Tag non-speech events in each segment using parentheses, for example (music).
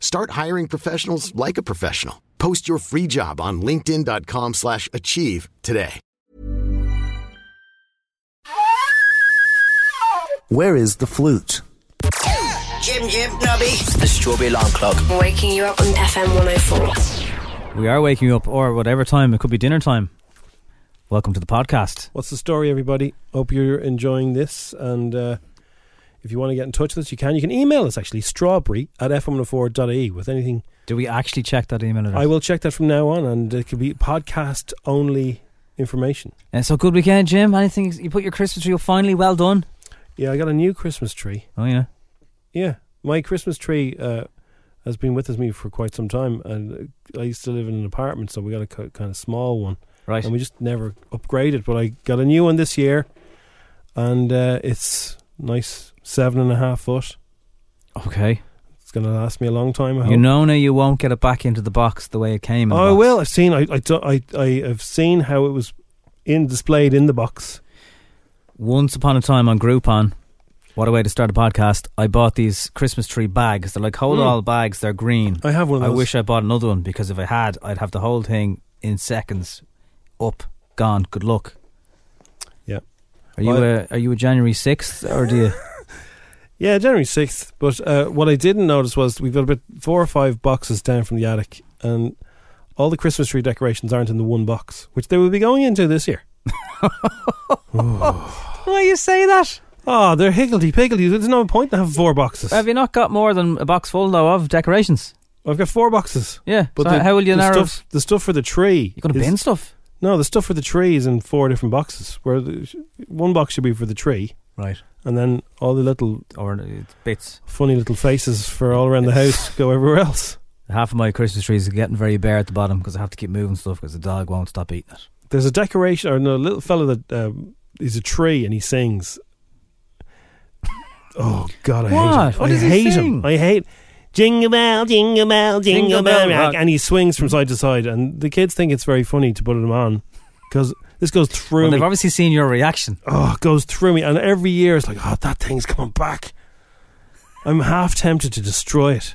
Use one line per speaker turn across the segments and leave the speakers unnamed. Start hiring professionals like a professional. Post your free job on linkedin.com/achieve slash achieve today.
Where is the flute?
Jim Jim Nobby. The Strawberry Alarm Clock.
Waking you up on FM 104.
We are waking you up, or whatever time it could be dinner time. Welcome to the podcast.
What's the story, everybody? Hope you're enjoying this. And uh, if you want to get in touch with us, you can. You can email us actually, strawberry at f104.ie E with anything.
Do we actually check that email address?
I will check that from now on, and it could be podcast only information.
Uh, so good weekend, Jim. Anything you put your Christmas tree up finally? Well done.
Yeah, I got a new Christmas tree.
Oh yeah.
Yeah, my Christmas tree uh, has been with us me for quite some time, and uh, I used to live in an apartment, so we got a ki- kind of small one,
Right.
and we just never upgraded. But I got a new one this year, and uh, it's nice, seven and a half foot.
Okay.
It's going to last me a long time. I hope.
You know now you won't get it back into the box the way it came. in the
oh, I
box.
will. I've seen. I, I, do- I, I have seen how it was in displayed in the box.
Once upon a time on Groupon, what a way to start a podcast. I bought these Christmas tree bags. They're like
Hmm.
hold all bags. They're green.
I have one of
I
those.
wish I bought another one because if I had, I'd have the whole thing in seconds. Up, gone. Good luck.
Yeah.
Are you
Well-
a, are you a January sixth or do you?
Yeah, January sixth. But uh, what I didn't notice was we've got about four or five boxes down from the attic, and all the Christmas tree decorations aren't in the one box, which they will be going into this year.
Why you say that?
Oh, they're higgledy piggledy. There's no point in having four boxes.
Have you not got more than a box full though of decorations?
I've got four boxes.
Yeah.
But
so
the,
how will you
the
narrow?
stuff, the stuff for the tree?
You're gonna
is-
bin stuff,
No, the stuff for the tree is in four different boxes. Where the, one box should be for the tree,
right?
and then all the little
Or uh, bits.
funny little faces for all around the house go everywhere else.
Half of my Christmas trees are getting very bare at the bottom because I have to keep moving stuff because the dog won't stop eating it.
There's a decoration, or no, a little fella that um, is a tree and he sings. Oh God, I hate
What?
him.
What
I
does he
hate
sing?
him. I hate jingle bell, jingle bell, jingle,
Jingle
bell,
bell
rock.
rock.
and he swings from side to side, and the kids think it's very funny to put him on because this goes through
Well,
me.
they've obviously seen your reaction.
oh, it goes through me. And every year it's like, oh, that thing's coming back. I'm half tempted to destroy
(sighs)
it.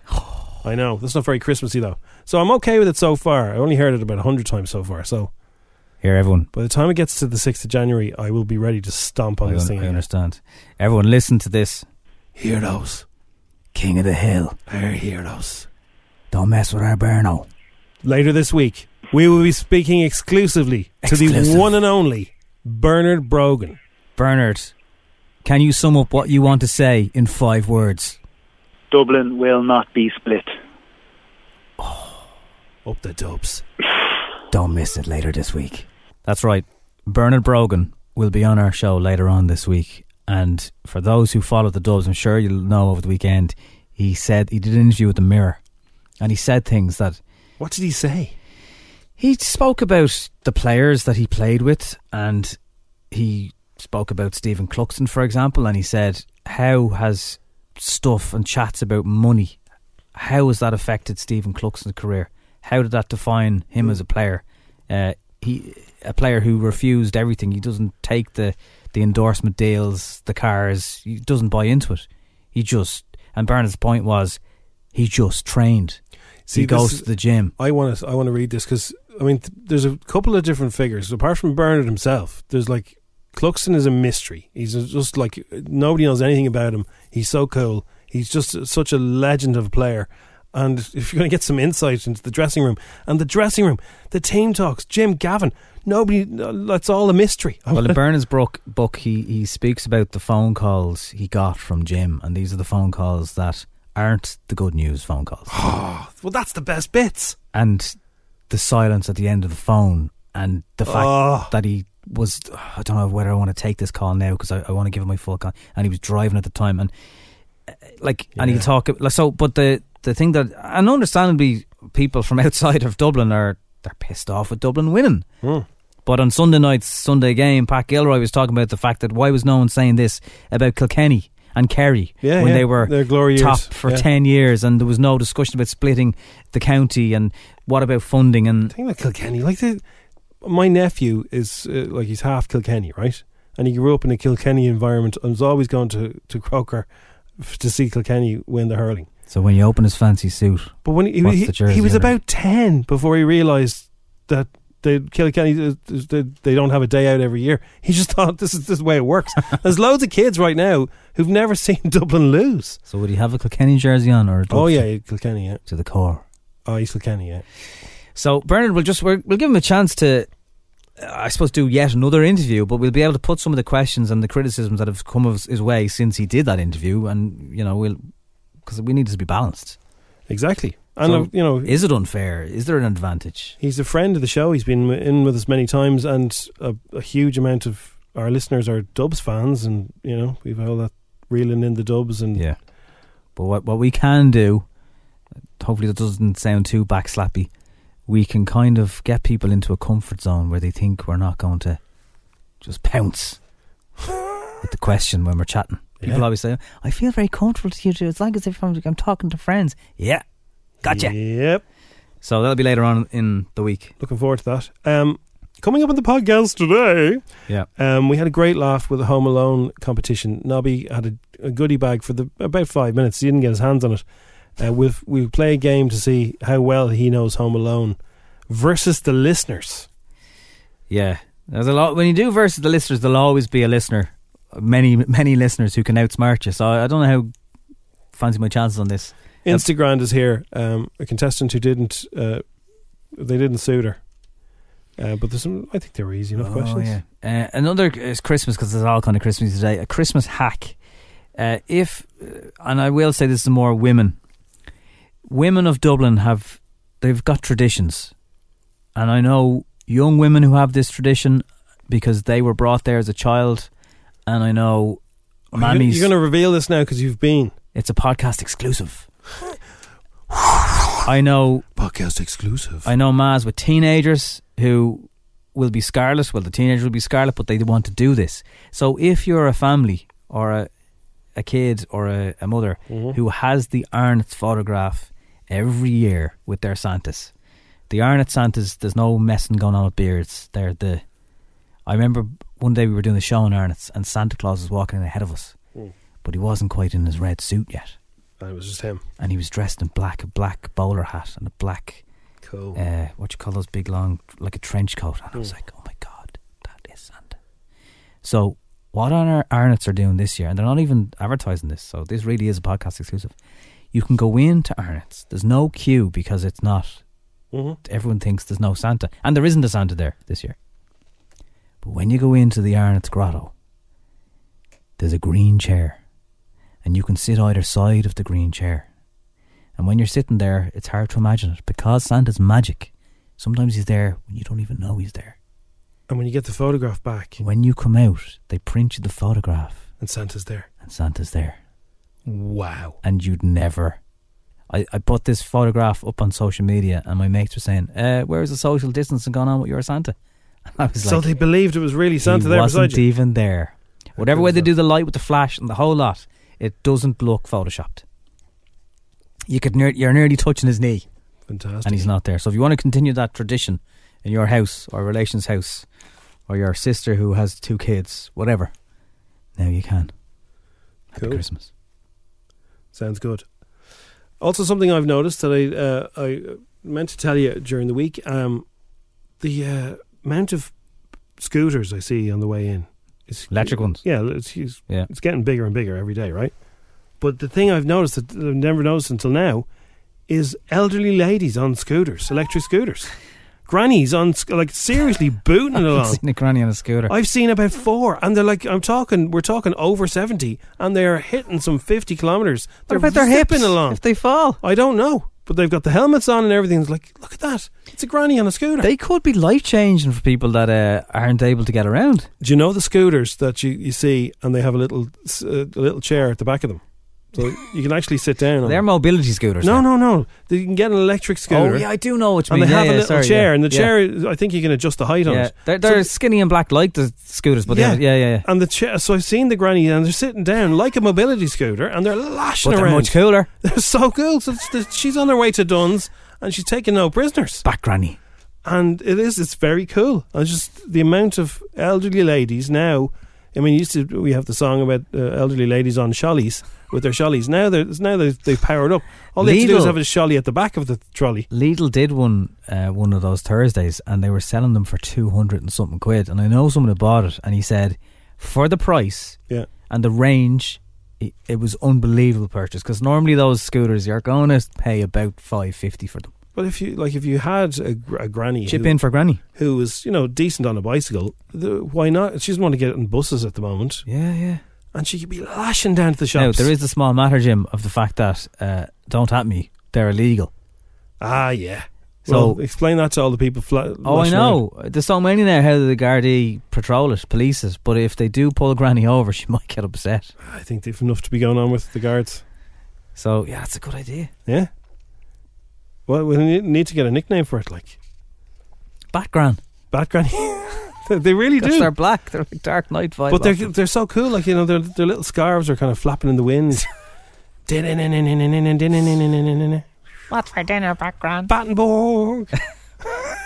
I know. That's not very Christmassy, though. So I'm okay with it so far. I only heard it about 100 times so far. So
Here, everyone.
by the time it gets to the 6th of January, I will be ready to stomp on
I,
this
un-
thing.
I
again.
understand. Everyone, listen to this.
Heroes.
King of the hill.
Our heroes.
Don't mess with our Berno.
Later this week, we will be speaking exclusively to
Exclusive.
the one and only Bernard Brogan.
Bernard, can you sum up what you want to say in five words?
Dublin will not be split.
Up the dubs.
Don't miss it later this week. That's right. Bernard Brogan will be on our show later on this week. And for those who follow the Dubs, I'm sure you'll know over the weekend, he said he did an interview with the Mirror, and he said things that
What did he say?
he spoke about the players that he played with, and he spoke about Stephen Cluxton, for example, and he said how has stuff and chats about money, how has that affected Stephen Cluxton's career? How did that define him as a player? Uh, he a player who refused everything. He doesn't take the the endorsement deals, the cars. He doesn't buy into it. He just and Bernard's point was he just trained. he
See, this
goes
is-
to the gym.
I want to I want to read this because I mean th- there's a couple of different figures apart from Bernard himself. There's like Cluxton is a mystery. He's a- just like nobody knows anything about him. He's so cool. He's just such a legend of a player, And if you're going to get some insight into the dressing room and the dressing room, the team talks, Jim Gavin, nobody, uh, that's all a mystery.
Well,
(laughs)
in Bernard's book, book he, he speaks about the phone calls he got from Jim, and these are the phone calls that aren't the good news phone calls.
well, that's the best bits.
and the silence at the end of the phone, and the fact
Oh.
that he was, I don't know whether I want to take this call now because I, I want to give him my full con. And he was driving at the time, and uh, like, and he
Yeah.
talk like so. But the the thing that, and understandably, people from (laughs) outside of Dublin are they're pissed off with Dublin winning.
Hmm.
But on Sunday night's Sunday game, Pat Gilroy was talking about the fact that why was no one saying this about Kilkenny and Kerry
Yeah,
when
yeah,
they were
their glory
top
years,
for
yeah.
10 years and there was no discussion about splitting the county and what about funding and
The thing about Kilkenny, like the, my nephew is uh, like he's half Kilkenny, right? And he grew up in a Kilkenny environment and was always going to to Croker f- to see Kilkenny win the hurling.
so when you open his fancy suit
But when he
What's
he,
the jersey
he was
under?
about ten before he realised that they Kilkenny uh, they, they don't have a day out every year. He just (laughs) thought this is this is the way it
(laughs)
works. There's loads of kids right now who've never (laughs) seen Dublin lose.
so would he have a Kilkenny jersey on or a
Oh
Dubs-
yeah, Kilkenny, yeah.
to the core
Oh, he's Kilkenny, yeah.
so Bernard will just we're, we'll give him a chance to uh, I suppose do yet another interview but we'll be able to put some of the questions and the criticisms that have come of his way since he did that interview and you know we'll because we need this to be balanced
Exactly. And
So
uh, you know,
is it unfair is there an advantage
He's a friend of the show. He's been in with us many times, and a, a huge amount of our listeners are Dubs fans, and you know we've all that reeling in the Dubs, and
Yeah. But what what we can do, hopefully that doesn't sound too backslappy, we can kind of get people into a comfort zone where they think we're not going to just (laughs) pounce with the question when we're chatting. People
Yeah.
always say, "I feel very comfortable to you too. It's like as if I'm, I'm talking to friends." Yeah, gotcha.
Yep,
So that'll be later on in the week.
looking forward to that. Um, coming up on the podcast today,
Yeah.
um, we had a great laugh with the Home Alone competition. Nobby had a, a goodie bag for the about five minutes. He didn't get his hands on it. Uh, we've we play a game to see how well he knows Home Alone versus the listeners.
Yeah. There's a lot when you do versus the listeners, there'll always be a listener. Many, many listeners who can outsmart you. So I I don't know how fancy my chances on this.
Instagram is here. Um, a contestant who didn't, uh, they didn't suit her. Uh, but there's some, I think they were easy enough
Oh,
questions.
yeah. Uh, another is Christmas because it's all kind of Christmas today. A Christmas hack. Uh, if uh, and I will say this is more women. Women of Dublin have they've got traditions, and I know young women who have this tradition because they were brought there as a child, and I know
Are you-
mammies.
You're going to reveal this now because you've been.
it's a podcast exclusive. I know
Podcast exclusive.
I know Maz with teenagers who will be scarlet. Well, the teenagers will be scarlet, but they want to do this. So if you're a family or a, a kid or a, a mother who has the Arnott photograph every year with their Santas, the Arnott Santas, there's no messing going on with beards. They're the. I remember one day we were doing the show in Arnott's and Santa Claus was walking in ahead of us, but he wasn't quite in his red suit yet.
And it was just him.
And he was dressed in black, a black bowler hat and a black
Cool.
uh, what you call those big long like a trench coat and I was like oh my god that is Santa so what on our Arnott's are doing this year and they're not even advertising this so this really is a podcast exclusive you can go into Arnott's there's no queue because it's not
Mhm.
everyone thinks there's no Santa and there isn't a Santa there this year but when you go into the Arnott's grotto there's a green chair and you can sit either side of the green chair and when you're sitting there, it's hard to imagine it because Santa's magic. Sometimes he's there when you don't even know he's there.
And when you get the photograph back,
When you come out, they print you the photograph
and Santa's there.
and Santa's there.
Wow.
And you'd never. I, I put this photograph up on social media and my mates were saying, uh, Where's the social distancing going on with your Santa? (laughs) And I was
So
like,
they believed it was really Santa
he
there
wasn't
beside you.
even there. Whatever way they
so.
do the light with the flash and the whole lot, it doesn't look photoshopped. You could near, you're nearly touching his knee.
Fantastic.
and he's not there. So if you want to continue that tradition in your house or relation's house or your sister who has two kids, whatever, now you can. Happy
Cool.
Christmas.
Sounds good. Also, something I've noticed that I uh, I meant to tell you during the week. Um, the uh, amount of scooters I see on the way in, is,
Electric ones.
Yeah, it's it's,
Yeah.
it's getting bigger and bigger every day, right? But the thing I've noticed that I've never noticed until now is elderly ladies on scooters, electric
(laughs)
scooters. Grannies on sc- like seriously booting it
I've
along.
seen a granny on a scooter.
(laughs) I've seen about four, and they're like, I'm talking, we're talking over 70, and they're hitting some 50 kilometres.
what
They're
about their
zipping
hips?
along.
If they fall,
I don't know, but they've got the helmets on and everything's like, look at that. It's a granny on a scooter.
they could be life changing for people that uh, aren't able to get around.
Do you know the scooters that you, you see, and they have a little s- uh, a little chair at the back of them? So you can actually sit down on
They're
them.
mobility scooters.
No,
then.
no, no. You can get an electric scooter. eh?
Oh yeah, I do know what you
and
mean.
they
yeah,
have
yeah,
a little
sorry,
chair,
yeah,
and the
yeah.
chair, is- I think you can adjust the height on
Yeah,
it.
they're,
So-
they're skinny and black like the scooters, but yeah, yeah, yeah. yeah.
And the chair, so I've seen the granny, and they're sitting down like a mobility scooter, and they're lashing
But they're
around.
much cooler.
They're so cool. So it's the- she's on her way to Dunn's, and she's taking no prisoners.
Back granny.
And it is, it's very cool. And just the amount of elderly ladies now. I mean, used to we have the song about uh, elderly ladies on shollies with their shollies. Now they're now they've, they've powered up. All they have to do is
Lidl.
have a sholly at the back of the trolley.
Lidl did one uh, one of those Thursdays, and they were selling them for two hundred and something quid. And I know someone who bought it, and he said, for the price
Yeah,
and the range, it, it was unbelievable purchase. Because normally those scooters, you're going to pay about five fifty for them.
but if you like, if you had a, gr- a granny
Chip
who-
in for granny.
who was you know decent on a bicycle, the, why not? She doesn't want to get on buses at the moment,
Yeah, yeah.
and she could be lashing down to the
Now
shops.
there is the small matter, Jim, of the fact that uh, don't at me, they're illegal.
ah yeah.
So-
well, explain that to all the people. Fla-
Oh, I
lashing around.
know. There's so many now. How the Gardaí patrol it, police it? But if they do pull Granny over, (laughs) she might get upset.
I think they've enough to be going on with the guards.
So yeah, that's a good idea.
Yeah. Well, we ne- need to get a nickname for it, like
Background.
Bat Granny. they they really
Because
do.
they're black. They're like dark night vibe.
but they're
off them.
they're so cool. Like you know, their their little scarves are kind of flapping in the wind. Battenborg.
What's for dinner background?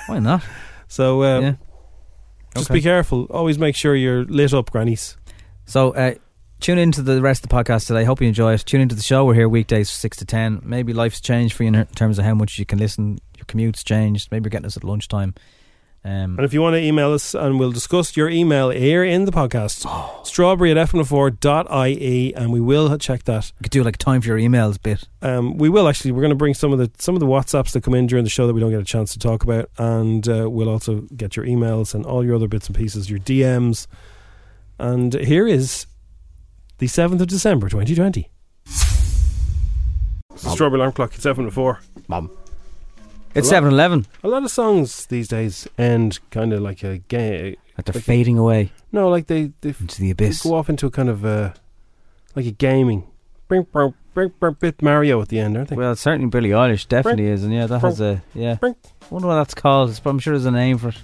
why not?
So um,
yeah.
just
Okay.
be careful. Always make sure you're lit up, grannies.
So uh, tune into the rest of the podcast today. Hope you enjoy it. Tune into the show. We're here weekdays six to ten. Maybe life's changed for you in in terms of how much you can listen. Your commute's changed. Maybe you're getting us at lunchtime. Um,
And if you want to email us and we'll discuss your email here in the podcast, (gasps) strawberry at fm4.ie, E, and we will check that.
you could do like a time for your emails bit.
Um, we will actually, we're going to bring some of the some of the WhatsApps that come in during the show that we don't get a chance to talk about, and uh, we'll also get your emails and all your other bits and pieces, your DMs. And here is the 7th of December 2020. It's the strawberry alarm clock, it's fm4.
It's seven eleven.
A lot of songs these days end kind of like a game.
That they're
Like-
fading away
No, like they, they
into the
They
abyss.
go off into a kind of uh, like a gaming. Bring, bring, bring, bring, bit Mario at the end, aren't they?
(laughs) Well, certainly Billy Eilish definitely is, and yeah, that has a yeah.
Brink.
Wonder what that's called. It's- I'm sure there's a name for it.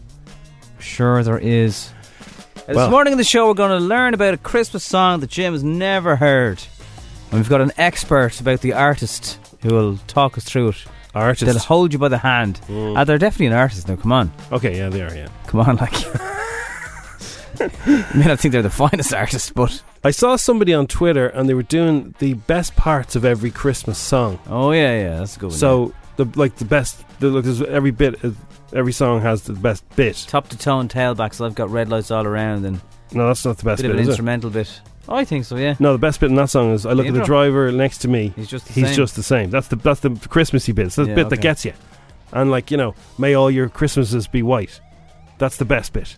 Sure, there is. This
Well-
morning in the show, we're going to learn about a Christmas song that Jim has never heard, and we've got an expert about the artist who will talk us through it. They'll
Artist.
hold you by the hand.
Mm.
Ah, they're definitely an artist now. Come on,
okay, yeah, they are. Yeah,
come on, (laughs) like. I mean, I think they're the finest (laughs) artists, but
I saw somebody on Twitter and they were doing the best parts of every Christmas song.
oh yeah, yeah, that's a good. one, yeah.
So the like the best. The, like, there's every bit, uh, every song has the best bit.
top to toe and tailback. So I've got red lights all around and
No, that's not the
a
best
bit of
bit.
an
Is it?
instrumental bit. Oh, I think so. Yeah,
No, the best bit in that song is I look at the
intro.
driver next to me.
he's just the
He's
same.
just the same. That's the that's the Christmassy bit. It's the
Yeah,
bit
okay.
that gets you. And like you know, may all your Christmases be white. That's the best bit.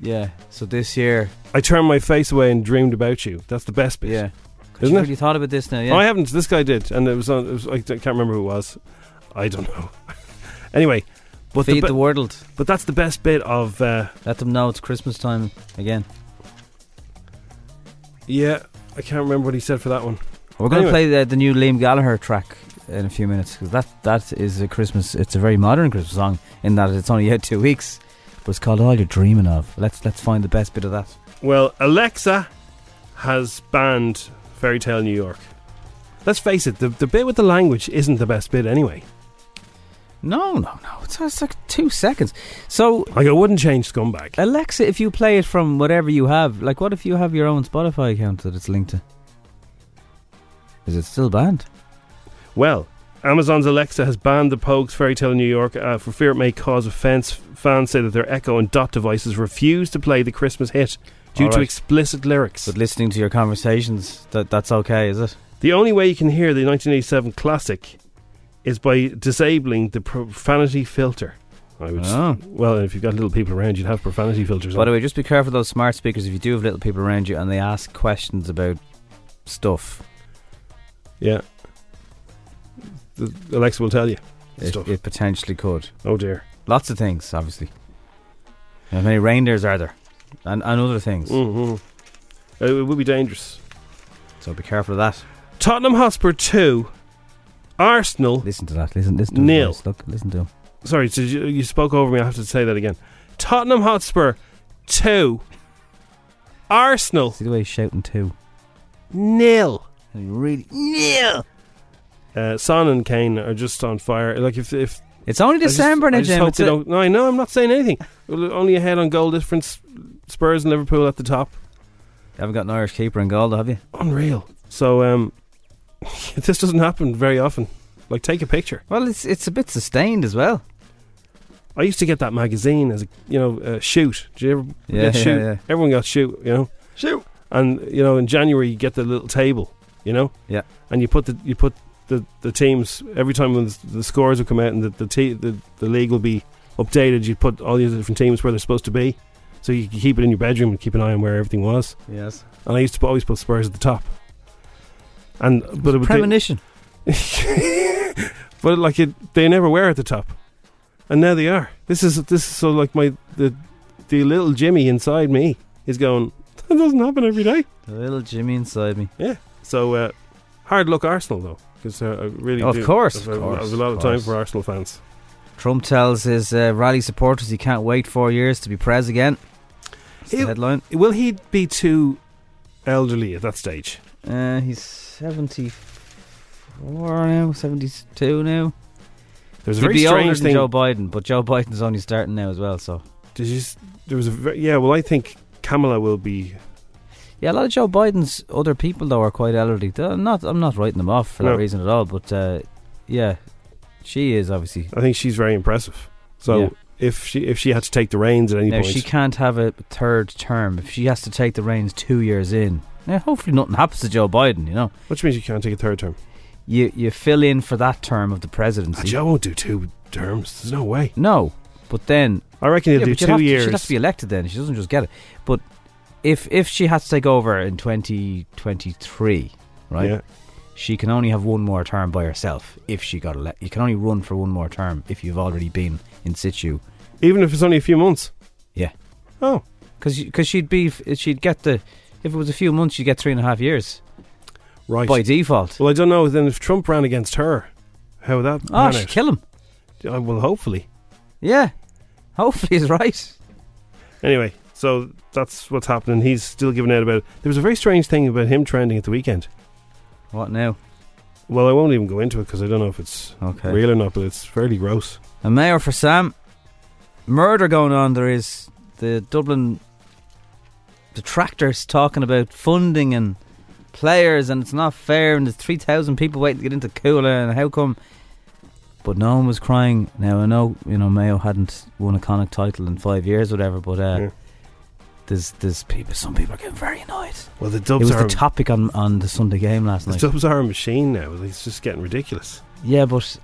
Yeah. So this year,
I turned my face away and dreamed about you. That's the best bit.
yeah. God,
Isn't
you
it?
really thought about this now? Yeah.
No, I haven't. This guy did, and it was on. It was, I can't remember who it was. I don't know. (laughs) anyway, but the,
Feed
be-
the world.
but that's the best bit of. Uh,
Let them know it's Christmas time again.
yeah, I can't remember what he said for that one.
We're going to
Anyway.
play the, the new Liam Gallagher track in a few minutes because that that is a Christmas. It's a very modern Christmas song in that it's only out two weeks. But it's called All You're Dreaming of. Let's let's find the best bit of that.
Well, Alexa has banned Fairy Tale New York. Let's face it, the, the bit with the language isn't the best bit anyway.
No, no, no. It's, it's like two seconds. So
Like I wouldn't change Scumbag.
Alexa, if you play it from whatever you have, like what if you have your own Spotify account that it's linked to? Is it still banned?
Well, Amazon's Alexa has banned the Pogues Fairy Tale New York uh, for fear it may cause offence. Fans say that their Echo and Dot devices refuse to play the Christmas hit due
All
to
right.
explicit lyrics.
But listening to your conversations, that that's okay, is it?
the only way you can hear the 1987 classic is by disabling the profanity filter. I would.
Oh.
Well, if you've got little people around, you'd have profanity filters.
By
on.
the way, just be careful of those smart speakers if you do have little people around you and they ask questions about stuff.
Yeah. The Alexa will tell you.
It,
Stuff.
it potentially could.
Oh dear.
Lots of things, obviously. How many reindeers are there? And, and other things.
hmm it would be dangerous.
So be careful of that.
Tottenham Hotspur 2, Arsenal.
Listen to that. Listen, listen to
Nil.
his voice. Look, listen to him.
Sorry, so you, you spoke over me. I have to say that again. Tottenham Hotspur 2, Arsenal
See the way he's shouting too.
nil.
And he Really? Nil!
Uh, Son and Kane are just on fire. Like if if
It's only
I just-
December
I
now,
just
Jim.
hope
It's
they
a-
don't- no, I know. I'm not saying anything. Well, Only ahead on goal difference. Spurs and Liverpool at the top.
You haven't got an Irish keeper in goal, have you?
Unreal. So um, (laughs) this doesn't happen very often. Like take a picture.
Well, it's it's a bit sustained as well.
I used to get that magazine as a you know uh, shoot. Did you ever
Yeah,
get
yeah,
shoot?
yeah.
Everyone got shoot. You know shoot. And you know in January you get the little table. You know
Yeah.
and you put the you put the, the teams every time when the, the scores would come out and the the, te- the the league will be updated. You put all these different teams where they're supposed to be, so you can keep it in your bedroom and keep an eye on where everything was.
Yes.
And I used to put- always put Spurs at the top. And but it would be-
Premonition.
(laughs) but like it, they never were at the top, and now they are. This is this is so like my the the little Jimmy inside me is going. That doesn't happen every day.
The little Jimmy inside me.
So uh, hard luck Arsenal though, because uh, I really
Of
do-
course,
I've,
of
I've- I've
course,
a lot of
of
time
course.
for Arsenal fans.
Trump tells his uh, rally supporters he can't wait four years to be prez again. That's the
Ew.
headline.
Will he be too elderly at that stage?
Uh, he's 74 now, 72 now.
There's a
He'd
very
be older
strange
than
thing.
Joe Biden, but Joe Biden's only starting now as well. So
Did you s- there was a very, yeah. Well, I think Kamala will be.
yeah, a lot of Joe Biden's other people though are quite elderly. They're not, I'm not writing them off for
No.
that reason at all. But uh, yeah, she is obviously.
I think she's very impressive. So
Yeah.
if she if she had to take the reins at any
Now
point,
she can't have a third term if she has to take the reins two years in. Now hopefully nothing happens to Joe Biden. You know,
which means you can't take a third term.
you you fill in for that term of the
Ah,
presidency.
Joe won't do two terms. There's no way.
No, but then
I reckon he'll
Yeah,
do
but she'd
two
have to-
years.
she'd have to be elected then. She doesn't just get it. But if if she has to take over in twenty twenty three, right?
Yeah.
She can only have one more term by herself if she got elected. You can only run for one more term if you've already been in situ.
Even if it's only a few months.
Yeah,
Oh,
because she'd be f- she'd get the if it was a few months she'd get three and a half years
right.
by default.
Well, I don't know. Then if Trump ran against her, how would that
Oh,
pan
she'd
out?
kill him.
Uh, well, hopefully.
Yeah, hopefully he's right.
Anyway, so that's what's happening. He's still giving out about it. There was a very strange thing about him trending at the weekend.
What now?
Well, I won't even go into it because I don't know if it's
Okay.
real or not, but it's fairly gross.
A mayor for Sam. Murder going on. There is the Dublin detractors talking about funding and players, and it's not fair. And there's three thousand people waiting to get into Coola, and how come? But no one was crying. Now I know you know Mayo hadn't won a Connacht title in five years, whatever. But uh,
Yeah.
there's there's people. Some people are getting very annoyed.
Well, the
It
dubs
was
are
the topic on on the Sunday game last
the
night.
dubs are a machine now. It's just getting ridiculous.
Yeah, but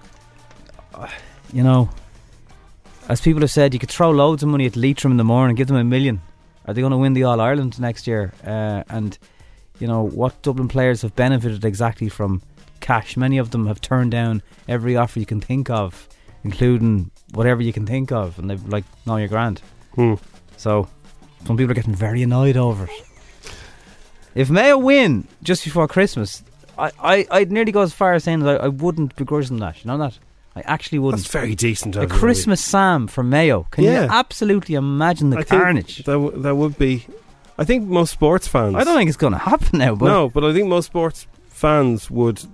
uh, you know, as people have said, you could throw loads of money at Leitrim in the morning, give them a million. Are they going to win the All Ireland next year? Uh, and you know what Dublin players have benefited exactly from cash. Many of them have turned down every offer you can think of, including whatever you can think of, and they've like, no, you're grand.
Hmm.
So some people are getting very annoyed over it. If Mayo win just before Christmas, I, I, I'd nearly go as far as saying that I, I wouldn't begrudge them that. You know that? I actually
That's
wouldn't.
very decent. of
A
them, really.
Christmas Sam for Mayo. Can
Yeah.
you absolutely imagine the
I think
carnage?
That w- that would be. I think most sports fans.
I don't think it's going to happen now, but
no, but I think most sports fans would.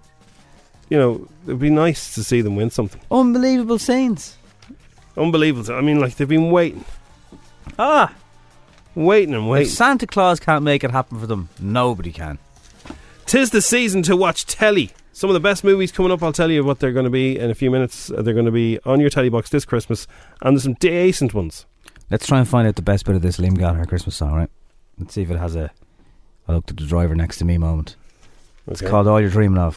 You know, it'd be nice to see them win something
unbelievable scenes.
unbelievable. I mean, like they've been waiting,
Ah,
waiting, and
if
waiting.
Santa Claus can't make it happen for them, nobody can.
Tis the season to watch telly. Some of the best movies coming up. I'll tell you what they're going to be in a few minutes. Uh, They're going to be on your telly box this Christmas, and there's some decent ones.
Let's try and find out the best bit of this Liam Gallagher Christmas song, right? Let's see if it has a. I looked at the driver next to me moment. It's
Okay.
called All You're Dreaming Of.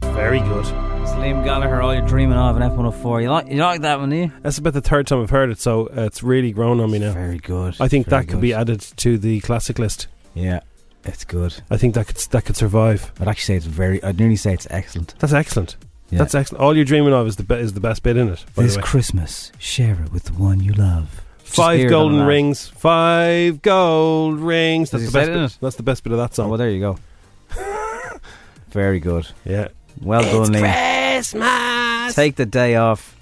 very good.
It's Liam Gallagher, all you're dreaming of, an F104. You like you like that one, do you?
That's about the third time I've heard it, so uh, it's really grown on me now.
Very good.
I think
Very
that
good.
could be added to the classic list.
Yeah, it's good.
I think that could that could survive.
I'd actually say it's very. I'd nearly say it's excellent.
That's excellent.
Yeah.
That's excellent. All you're dreaming of is the be- is the best bit in it. By
this
the way.
Christmas, share it with the one you love. Just
Five
beard
golden
on that.
rings. Five gold rings.
Does
That's the
he
best.
say it in
Bit.
it?
That's the best bit of that
Oh, well,
song.
there you go. (laughs) Very good.
Yeah.
Well done, Liam. Take the day off.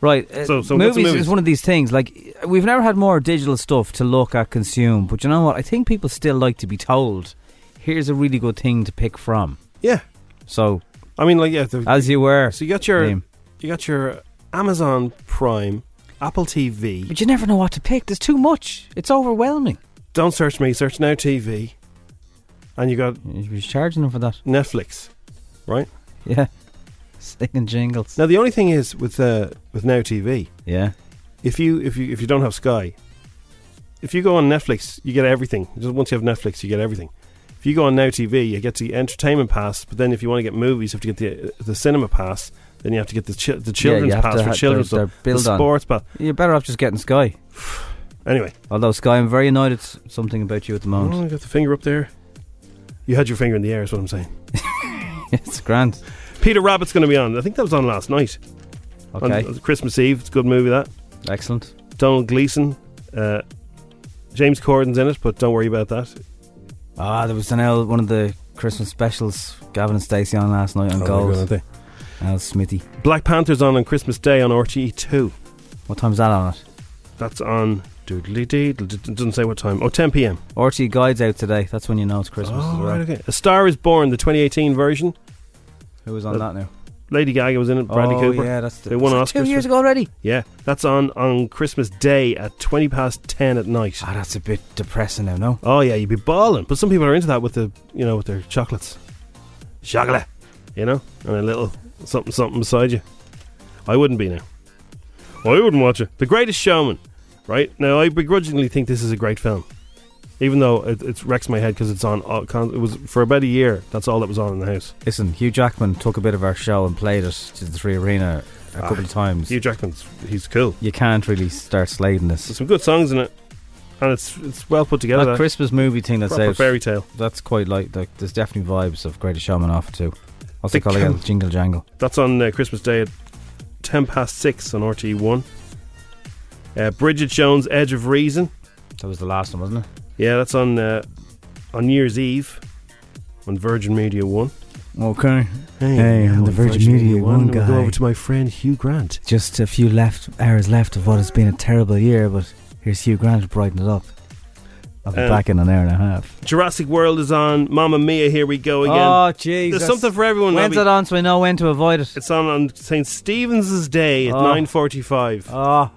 Right, uh,
So- so what's
movies,
the movies?
is one of these things. Like we've never had more digital stuff to look at, consume. But you know what? I think people still like to be told, "Here's a really good thing to pick from."
Yeah.
So,
I mean, like yeah. the-
as you were,
so you got your
Liam.
you got your Amazon Prime, Apple TV.
but you never know what to pick. There's too much. It's overwhelming.
Don't search me. Search Now TV. And you got
You're charging them for that.
Netflix, right?
Yeah, (laughs) singing jingles.
Now the only thing is with uh, with Now TV,
Yeah,
if you if you if you don't have Sky, if you go on Netflix, you get everything. Just once you have Netflix, you get everything. If you go on Now TV, you get the entertainment pass, but then if you want to get movies, you have to get the the cinema pass. Then you have to get the chi- the children's
have
pass
to
for
ha-
children's
their-
stuff,
their
the
build on.
sports pass.
you're better off just getting Sky.
Anyway,
Although Sky, I'm very annoyed at s- something about you at the moment.
oh, I got the finger up there. You had your finger in the air, is what I'm saying.
(laughs) it's grand.
Peter Rabbit's going to be on. I think that was on last night on-
Okay,
on Christmas Eve. It's a good movie that.
excellent.
Donald Gleason, uh, James Corden's in it, but don't worry about that.
Ah, there was an L, one of the Christmas specials Gavin and Stacey on last night on
Oh,
Gold.
they're good, aren't
Al Smithy.
they? Black Panther's on on Christmas Day on RTE two.
What time's that on it?
That's on doodly deedle. d- d- Doesn't say what time. Oh, 10 p.m.
RT Guide's out today. That's when you know it's Christmas as
Oh,
well.
right, okay. A Star Is Born, the 2018 version.
Who was on
Uh,
that now?
Lady Gaga was in it. Bradley
oh,
Cooper.
yeah, that's the,
They won
was that
Oscars
two years
for-
ago already.
Yeah, that's on on Christmas Day at 20 past 10 at night.
Ah, that's a bit depressing now. No,
Oh yeah, you'd be balling. But some people are into that with the you know with their chocolates, chocolate, you know, and a little something something beside you. I wouldn't be now. I wouldn't watch it. The Greatest Showman, right? Now I begrudgingly think this is a great film, even though it, it wrecks my head because it's on. All, con- it was for about a year. That's all that was on in the house.
listen, Hugh Jackman took a bit of our show and played it to the Three Arena a couple of times.
Ah, Hugh Jackman's he's cool.
you can't really start slating
There's
this.
some good songs in it, and it's it's well put together.
That
that.
Christmas movie thing that's
Proper
out.
fairy tale.
That's quite like like there's definitely vibes of Greatest Showman off it too. What's
The
it called again?
cam-
Jingle Jangle.
That's on uh, Christmas Day at 10 past 6 on RTE 1. Uh, Bridget Jones' Edge of Reason.
That was the last one, wasn't it?
Yeah, that's on uh, on New Year's Eve on Virgin Media 1.
Okay.
I'm
I'm
on
the Virgin Media 1
We'll
guy.
go over to my friend Hugh Grant.
Just a few left hours left of what has been a terrible year, but here's Hugh Grant to brighten it up. I'll be
Um,
back in an hour and a half.
Jurassic World is on. Mamma Mia, here we go again.
jeez.
There's something for everyone.
Oh, When's
Robbie.
it on so I know when to avoid it?
It's on on St. Stephen's Day at
Oh.
9.45.
Oh,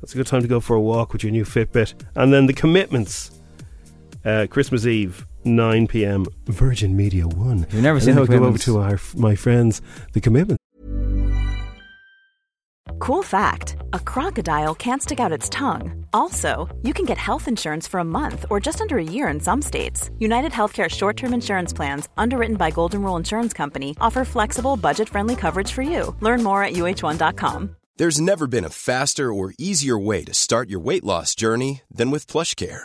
That's a good time to go for a walk with your new Fitbit. And then The Commitments, uh, Christmas Eve, 9 p.m. Virgin Media 1.
You've never
And
seen
now
The
go over
Commitments.
to our, my friends, The Commitments.
Cool fact a crocodile can't stick out its tongue. Also, you can get health insurance for a month or just under a year in some states. United Healthcare short term insurance plans, underwritten by Golden Rule Insurance Company, offer flexible, budget friendly coverage for you. Learn more at uh1.com.
There's never been a faster or easier way to start your weight loss journey than with PlushCare.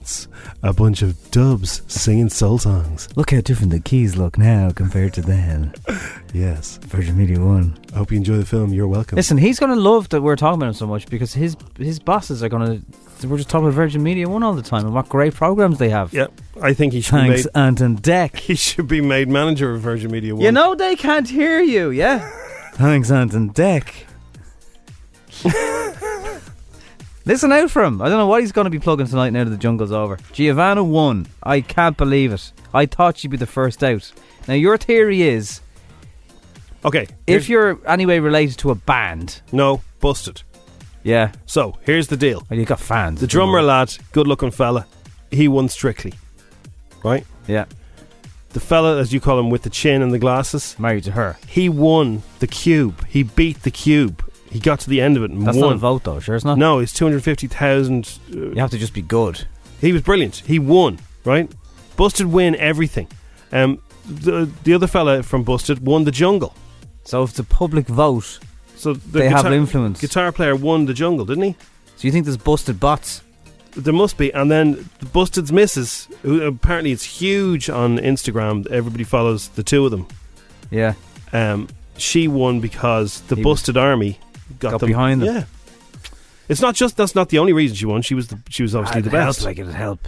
It's a bunch of dubs singing soul songs.
Look how different the keys look now compared to then.
yes.
Virgin Media One.
I hope you enjoy the film. You're welcome.
Listen, he's going to love that we're talking about him so much because his his bosses are going to. We're just talking about Virgin Media One all the time and what great programs they have.
Yep. I think he should
Thanks,
be made,
Anton Deck.
he should be made manager of Virgin Media One.
You know they can't hear you, yeah? (laughs) Thanks, Anton Deck. (laughs) Listen out for him. I don't know what he's going to be plugging tonight now that the jungle's over. Giovanna won. I can't believe it. I thought she'd be the first out. Now, your theory is
Okay.
if
here's-
you're anyway related to a band,
no busted.
yeah,
So here's the deal.
well, you got fans.
The drummer lad, good looking fella, he won strictly. Right?
Yeah,
The fella, as you call him, with the chin and the glasses,
married to her.
he won the cube. He beat the cube. He got to the end of it and
That's not a
won.
vote, though, sure, it's not.
No, it's 250,000. uh,
You have to just be good.
He was brilliant. He won, right? Busted win everything. Um, the, the other fella from Busted won the jungle.
So if the public vote,
So the
They have influence.
Guitar player won the jungle, didn't he?
so you think there's busted bots?
There must be. And then the Busted's missus, who apparently is huge on Instagram. Everybody follows the two of them.
Yeah.
Um, she won because the
He was-
Busted Army got,
got behind them.
Yeah. It's not just that's not the only reason she won. She was the, she was obviously the
It'd Ah, help,
best.
Like it'd help.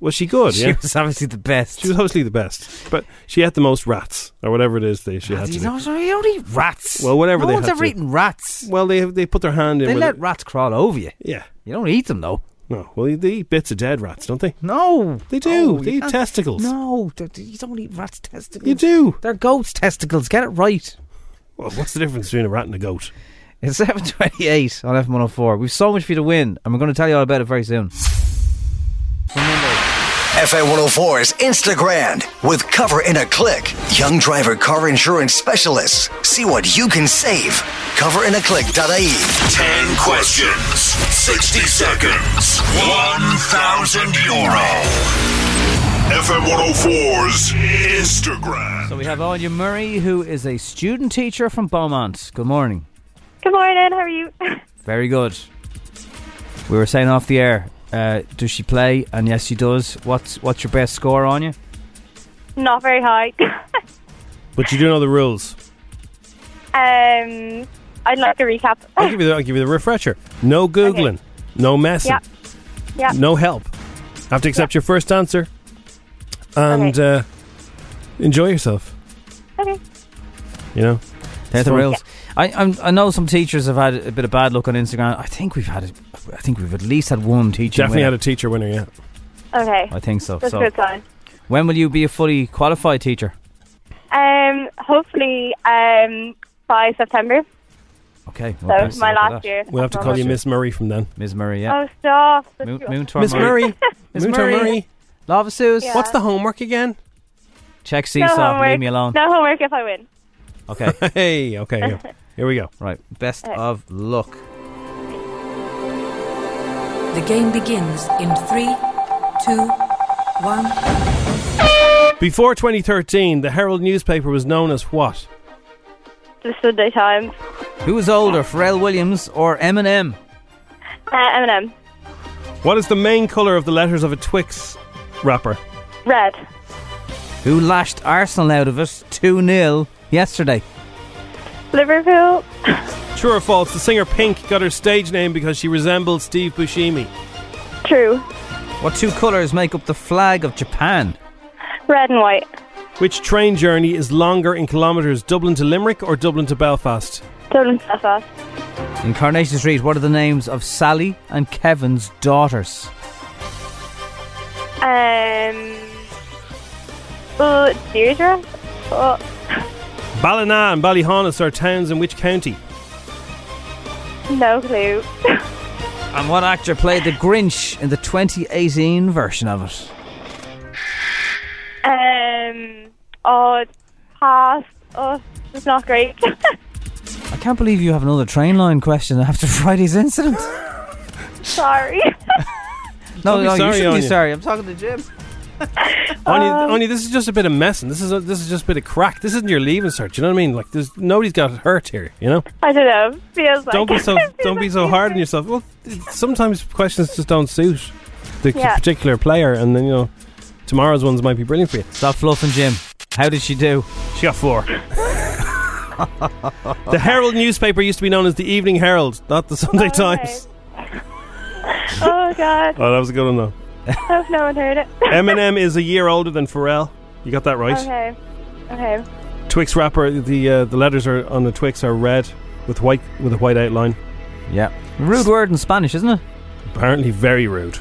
was she good?
she
yeah.
was obviously the best.
She was obviously the best, but she had the most rats or whatever it is they she had. To
These
do.
are sorry, only rats.
Well, whatever
No
they
one's
had
ever
to-
eaten rats.
Well, they they put their hand in.
They
with
let
it.
rats crawl over you.
yeah.
You don't eat them though.
No. Well, they eat bits of dead rats, don't they?
No,
They do.
No,
They
you
eat
can't-
testicles.
No, d- d- you don't eat rats' testicles.
You do.
They're goats' testicles. Get it right.
Well, what's the difference between a rat and a goat?
It's (laughs) seven twenty-eight on F one hundred four. We've so much for you to win, and we're going to tell you all about it very soon.
FA104's Instagram with Cover in a Click. Young driver car insurance specialists. See what you can save. Coverinaclick.ie.
10 questions, 60 seconds, 1,000 euro. FM 104's Instagram.
So we have Anya Murray, who is a student teacher from Beaumont. Good morning.
Good morning. How are you? (laughs)
Very good. We were saying off the air. Uh, does she play? And yes, she does. What's what's your best score, Anya?
Not very high. (laughs)
But you do know the rules.
um, I'd like a recap. (laughs)
I'll give you the I'll give you the refresher. No googling, no messing,
yeah. Yeah.
no help. Have to accept your first answer, and uh, enjoy yourself.
Okay.
You know.
They're the
Sorry.
rules. I I'm, I know some teachers have had a bit of bad luck on Instagram. I think we've had a, I think we've at least had one teacher.
Definitely had a teacher winner, yeah.
Okay.
I think so.
That's
so
a good sign.
when will you be a fully qualified teacher?
Um, hopefully, um, by September.
Okay.
So
well,
that
best
was
of
my
luck with
last
that.
year.
We'll have to
That's
call
all.
you Miss Murray from then.
Ms Murray. Yeah.
Oh, stop. That's
Moon,
too-
moon to our
Miss Murray.
(laughs)
Miss
Miss
Murray.
Murray.
Lava Suze.
Yeah.
What's the homework again? (laughs)
Check
No
seesaw.
homework.
leave me alone.
No homework if I win. (laughs)
Okay.
Hey, okay, here, here we go.
right. Best of luck.
The game begins in three, two, one.
Before 2013, the Herald newspaper was known as what?
The Sunday Times.
Who is older, Pharrell Williams or Eminem?
Uh, Eminem.
What is the main colour of the letters of a Twix wrapper?
Red.
Who lashed Arsenal out of it two 0 yesterday?
Liverpool.
True or false, the singer Pink got her stage name because she resembled Steve Buscemi.
True.
What two colours make up the flag of Japan?
Red and white.
Which train journey is longer in kilometres, Dublin to Limerick or Dublin to Belfast?
Dublin to Belfast.
In Coronation Street, what are the names of Sally and Kevin's daughters?
Um. Oh, Deirdre. Oh,
Ballina and Ballyhonus are towns in which county?
no clue. (laughs)
And what actor played the Grinch in the 2018 version of it?
Um. Oh, pass. Oh, it's not great. (laughs)
I can't believe you have another train line question after (laughs) Friday's incident.
Sorry. (laughs)
Don't
No,
be
no, you
sorry,
shouldn't be
Anya.
sorry. I'm talking to Jim.
Only, only this is just a bit of messing. This is a, this is just a bit of crack. This isn't your leaving cert. You know what I mean? Like, there's nobody's got hurt here. You know.
I don't know. Feels like (laughs)
(laughs)
don't be so don't be so hard on yourself. Well, sometimes questions just don't suit. the
Yeah.
particular player, and then you know tomorrow's ones might be brilliant for you.
Stop fluffing, Jim. How did she do?
She got four. the Herald newspaper used to be known as the Evening Herald, not the Sunday Times.
Oh God,
Oh, that was a good one though.
I hope no one heard it.
Eminem is a year older than Pharrell. You got that right.
Okay, okay.
Twix wrapper. The uh, the letters are on the Twix are red with white with a white outline.
Yeah, rude word in Spanish, isn't it?
Apparently, very rude.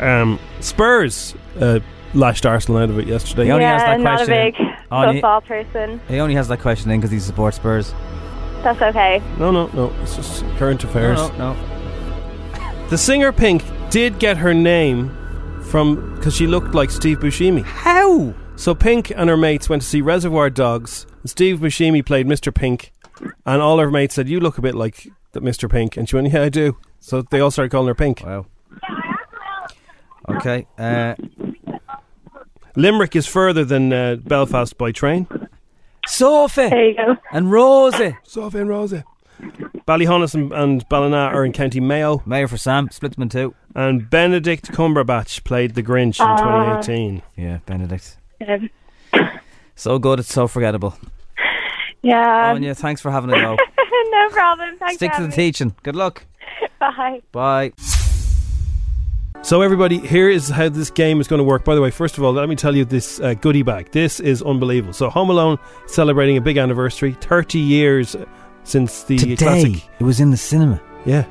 Um, Spurs uh, lashed Arsenal out of it yesterday.
He only has
yeah,
that
not a
question.
big
Oh, and he-
football person.
He only has that question in because he supports Spurs.
That's okay.
No, no, no. It's just current affairs.
No, no,
The singer Pink did get her name from because she looked like Steve Buscemi.
How?
So Pink and her mates went to see Reservoir Dogs. And Steve Buscemi played Mr. Pink, and all her mates said, "You look a bit like that Mr. Pink," and she went, "Yeah, I do." So they all started calling her Pink.
Wow. Okay. Uh,
Limerick is further than uh, Belfast by train.
Sophie.
There you go.
And Rosie.
Sophie and Rosie. Ballyhonus and, and Ballina are in County Mayo.
Mayor for Sam. Split them in two.
And Benedict Cumberbatch played the Grinch in
Ah.
2018.
Yeah, Benedict.
Um,
So good, it's so forgettable.
Yeah.
Anya, thanks for having a
(laughs)
go.
no problem. Thanks
Stick
Um, for
to
having
the
me.
teaching. Good luck.
Bye.
Bye.
So, everybody, here is how this game is going to work. By the way, first of all, let me tell you this uh, goodie bag. This is unbelievable. So, Home Alone is celebrating a big anniversary 30 years uh, since the
Today,
classic.
it was in the cinema.
Yeah.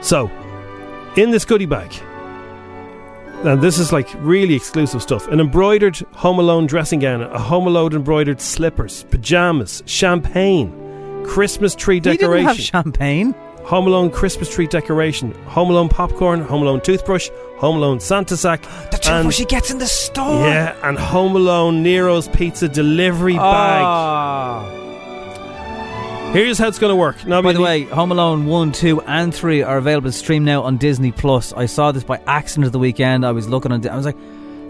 So, in this goodie bag, and this is like really exclusive stuff an embroidered Home Alone dressing gown, a Home Alone embroidered slippers, pajamas, champagne, Christmas tree
You
decoration.
didn't have champagne.
Home Alone Christmas tree decoration, Home Alone popcorn, Home Alone toothbrush, Home Alone Santa sack,
The
and-
toothbrush she gets in the store.
yeah, and Home Alone Nero's pizza delivery bag.
Ah.
Here's how it's going to work. Now,
By the way, Home Alone 1, 2, and 3 are available to stream now on Disney Plus. I saw this by accident of the weekend. I was looking on Di- I was like,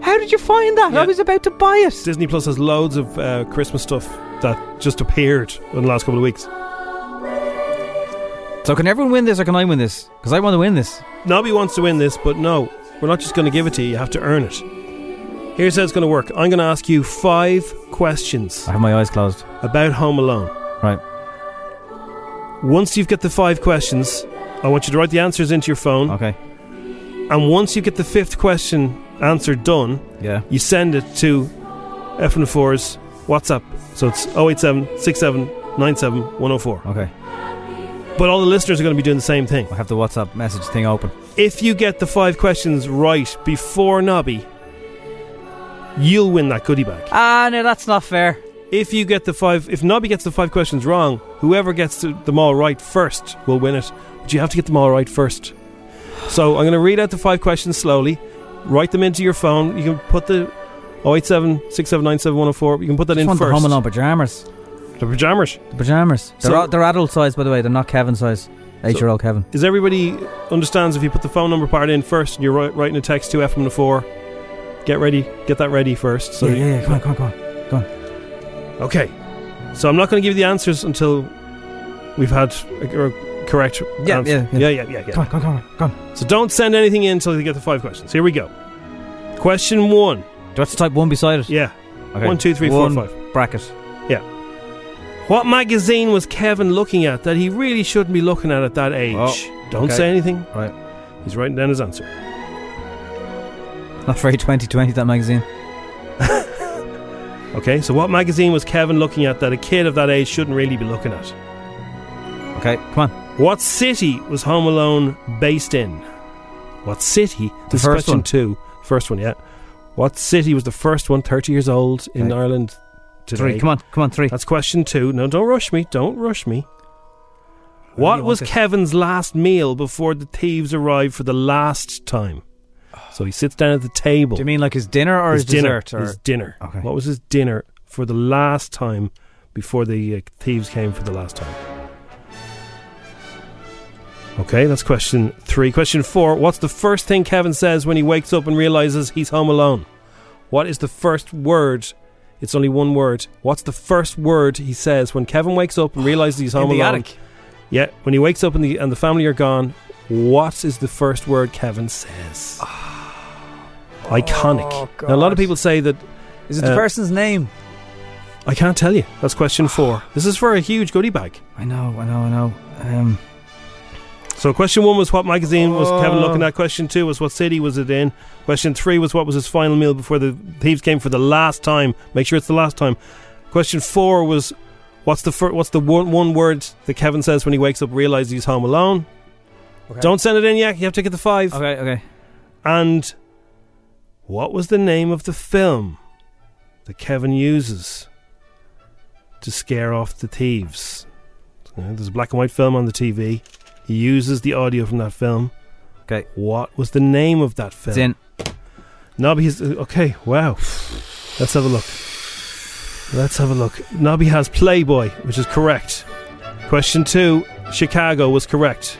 how did you find that?
Yeah.
I was about to buy it.
Disney Plus has loads of uh, Christmas stuff that just appeared in the last couple of weeks.
So can everyone win this or can I win this? Because I want to win this.
Nobby wants to win this, but no, we're not just going to give it to you. You have to earn it. Here's how it's going to work. I'm going to ask you five questions
I have my eyes closed.
about Home Alone.
Right.
Once you've got the five questions, I want you to write the answers into your phone.
Okay.
And once you get the fifth question answer done,
Yeah.
you send it to FN4's WhatsApp. So it's 087 67 97 104.
Okay.
But all the listeners are going to be doing the same thing.
I have the WhatsApp message thing open.
If you get the five questions right before Nobby, you'll win that goodie bag.
Ah, no, that's not fair.
If you get the five, if Nobby gets the five questions wrong, whoever gets th- them all right first will win it. But you have to get them all right first. So I'm going to read out the five questions slowly. Write them into your phone. You can put the 087 You can put that
Just
in
want the
first.
Home Alone pajamas.
The pajamas.
The pajamas. They're,
So-
a- they're adult size, by the way. They're not Kevin size. Eight-year-old Kevin.
Is everybody understands if you put the phone number part in first and you're wri- writing a text to FM four? Get ready. Get that ready first. So
yeah,
you-
yeah, yeah. Come on, come on, come on.
Okay. So I'm not going to give you the answers until we've had a, a correct
Yeah,
answer. yeah,
yeah, yeah.
yeah, yeah, yeah.
Come on, come on, come on, come on.
So don't send anything in until you get the five questions. Here we go. Question one.
Do I have to type one beside it?
Yeah.
Okay.
One, two, three, four,
One
five.
Bracket.
Yeah. What magazine was Kevin looking at that he really shouldn't be looking at at that age?
Oh,
don't
okay.
say anything.
Right.
He's writing down his answer.
Not very 2020, that magazine.
Okay. So what magazine was Kevin looking at that a kid of that age shouldn't really be looking at?
Okay, come on.
What city was Home Alone based in? What city?
The
This is
first
question
one.
two. First one, yeah. What city was the first one, 30 years old, in
Okay.
Ireland today?
Three. Come on, come on, three.
That's question two. No, don't rush me. Don't rush me. What
really
was
want this.
Kevin's last meal before the thieves arrived for the last time? So he sits down at the table.
Do you mean like his dinner or his,
dinner,
dessert? Or
His dinner.
Okay.
What was his dinner for the last time before the uh, thieves came for the last time? Okay, that's question three. Question four What's the first thing Kevin says when he wakes up and realizes he's home alone? What is the first word? It's only one word. What's the first word he says when Kevin wakes up and realizes he's
In
home
the
alone?
attic.
Yeah, when he wakes up and the and the family are gone, What is the first word Kevin says? Iconic. now, a lot of people say that.
Is it the person's name?
I can't tell you. That's question four. This is for a huge goodie bag.
I know, I know, I know. Um,
So question one was what magazine was Kevin looking at. Question two was what city was it in. Question three was what was his final meal before the thieves came for the last time. Make sure it's the last time. Question four was what's the fir- what's the one, one word that Kevin says when he wakes up, realizes he's home alone. Don't send it in yet. You have to get the five.
Okay, okay.
And what was the name of the film that Kevin uses to scare off the thieves? You know, There's a black and white film on the TV. He uses the audio from that film.
Okay.
What was the name of that film?
it's in.
Nobby has. Okay, wow. Let's have a look. Let's have a look. Nobby has Playboy, which is correct. Question two, Chicago was correct.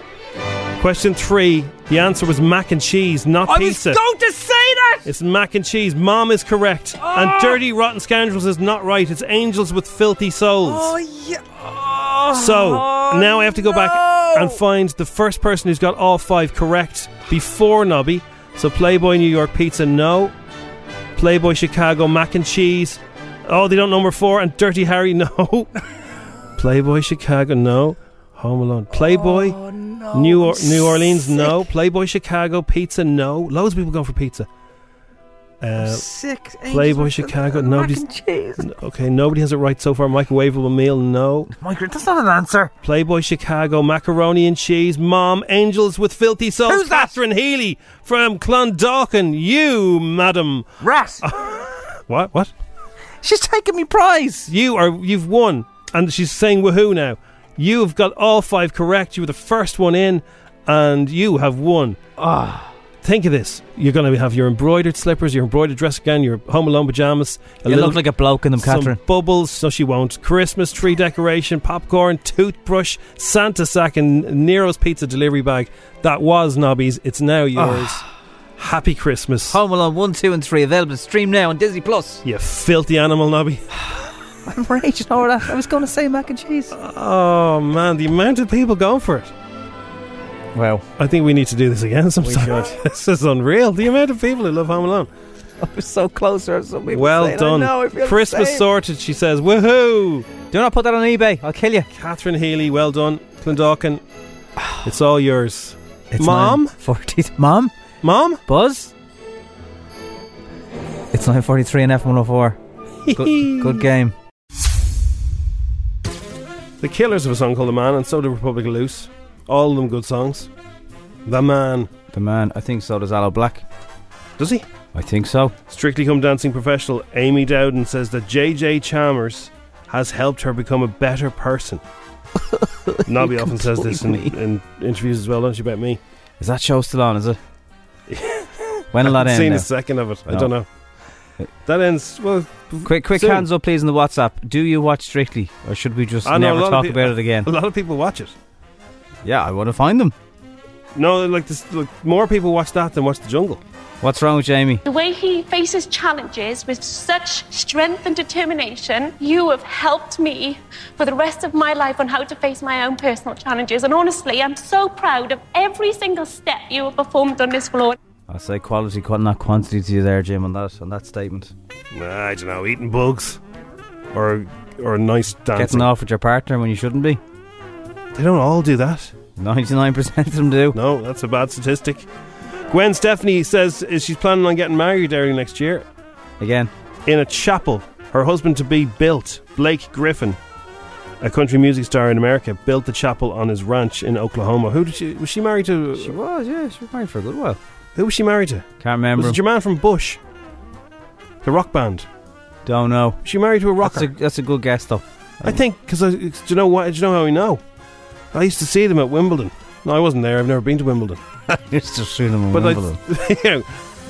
Question three, the answer was mac and cheese, not pizza.
to say that! Oh.
It's mac and cheese. Mom is correct. And Dirty Rotten Scoundrels is not right. It's Angels with Filthy Souls.
Oh,
Oh,
yeah.
so now I have to go back and find the first person who's got all five correct before Nobby. So Playboy New York Pizza, no. Playboy Chicago Mac and Cheese. Oh, they don't number four. And Dirty Harry, (laughs) no. Playboy Chicago, no. Home Alone. Playboy. New or- New Orleans, no. Playboy Chicago Pizza, no. Loads of people going for pizza. Uh,
Sick.
Playboy Chicago. Nobody's N- okay. Nobody has it right so far. Microwavable meal, no.
Migrant, that's not an answer.
Playboy Chicago macaroni and cheese. Mom, angels with filthy souls.
Who's that?
Catherine Healy from Clondalkin. You, madam.
Rat!
(laughs) What? What?
She's taking me prize!
You are. You've won, and she's saying woohoo now. You have got all five correct. You were the first one in, and you have won.
Ah.
Think of this: you're going to have your embroidered slippers, your embroidered dress again, your home alone pajamas.
You look like a bloke in them,
some
Catherine.
bubbles, no, she won't. Christmas tree decoration, popcorn, toothbrush, Santa sack, and Nero's pizza delivery bag. That was Nobby's. It's now yours. Happy Christmas,
Home Alone 1, 2, and 3 available to stream now on Disney Plus.
you filthy animal, Nobby.
(laughs) I'm raging over that. I was going to say mac and cheese.
Oh man, the amount of people going for it.
Wow.
I think we need to do this again (laughs) sometime.
should.
this is unreal. The amount of people who love Home Alone.
(laughs) I was so close there. Some people
well
saying,
done.
I know, I feel
Christmas
the same.
sorted, she says. Woohoo!
Do not put that on eBay. I'll kill you.
Catherine Healy, well done. Clondalkin, (sighs) it's all yours.
It's
Mom?
9:40. Mom?
Mom?
Buzz? It's 9.43
(laughs)
and F104. Good, good game.
The Killers have a song called The Man, and so do Republic of Loose. All of them good songs. The Man.
The man, I think so does Aloe Black.
Does he?
I think so.
Strictly Come Dancing professional Amy Dowden says that JJ Chalmers has helped her become a better
(laughs)
person. Nobby often says this in,
complete
in interviews as well, don't you, about me?
Is that show still on,
(laughs)
is it? when will that
I haven't seen
end
a
now?
second of it. I
No.
don't know. That ends, well,
Quick, quick
soon.
hands up, please, in the WhatsApp. Do you watch Strictly, or should we just
I know a
never
lot of
talk
peo-
about it again?
(laughs) a lot of people watch it.
Yeah, I want to find them.
No, like, this, like more people watch that than watch The Jungle.
What's wrong with Jamie?
The way he faces challenges with such strength and determination, you have helped me for the rest of my life on how to face my own personal challenges. And honestly, I'm so proud of every single step you have performed on this floor.
I say quality, qua- not quantity to you there, Jim, on that on that statement.
Nah, I don't know, eating bugs. Or, or a nice dancing.
Getting off with your partner when you shouldn't be.
They don't all do that.
Ninety-nine percent of them do.
No, that's a bad statistic. Gwen Stephanie says uh, she's planning on getting married early next year
Again,
in a chapel. Her husband to be built, Blake Griffin, a country music star in America, built the chapel on his ranch in Oklahoma. Who did she was she married to?
she was. Yeah, she was married for a good while.
Who was she married to?
Can't remember.
Was it
him.
your man from Bush? The rock band.
Don't know.
Was she married to a
That's
rocker?
a, that's a good guess though. (laughs)
I think because do you know what? Do you know how I know? I used to see them at Wimbledon. No, I wasn't there. I've never been to Wimbledon.
It's just shooting them.
But
But
like, (laughs) you know,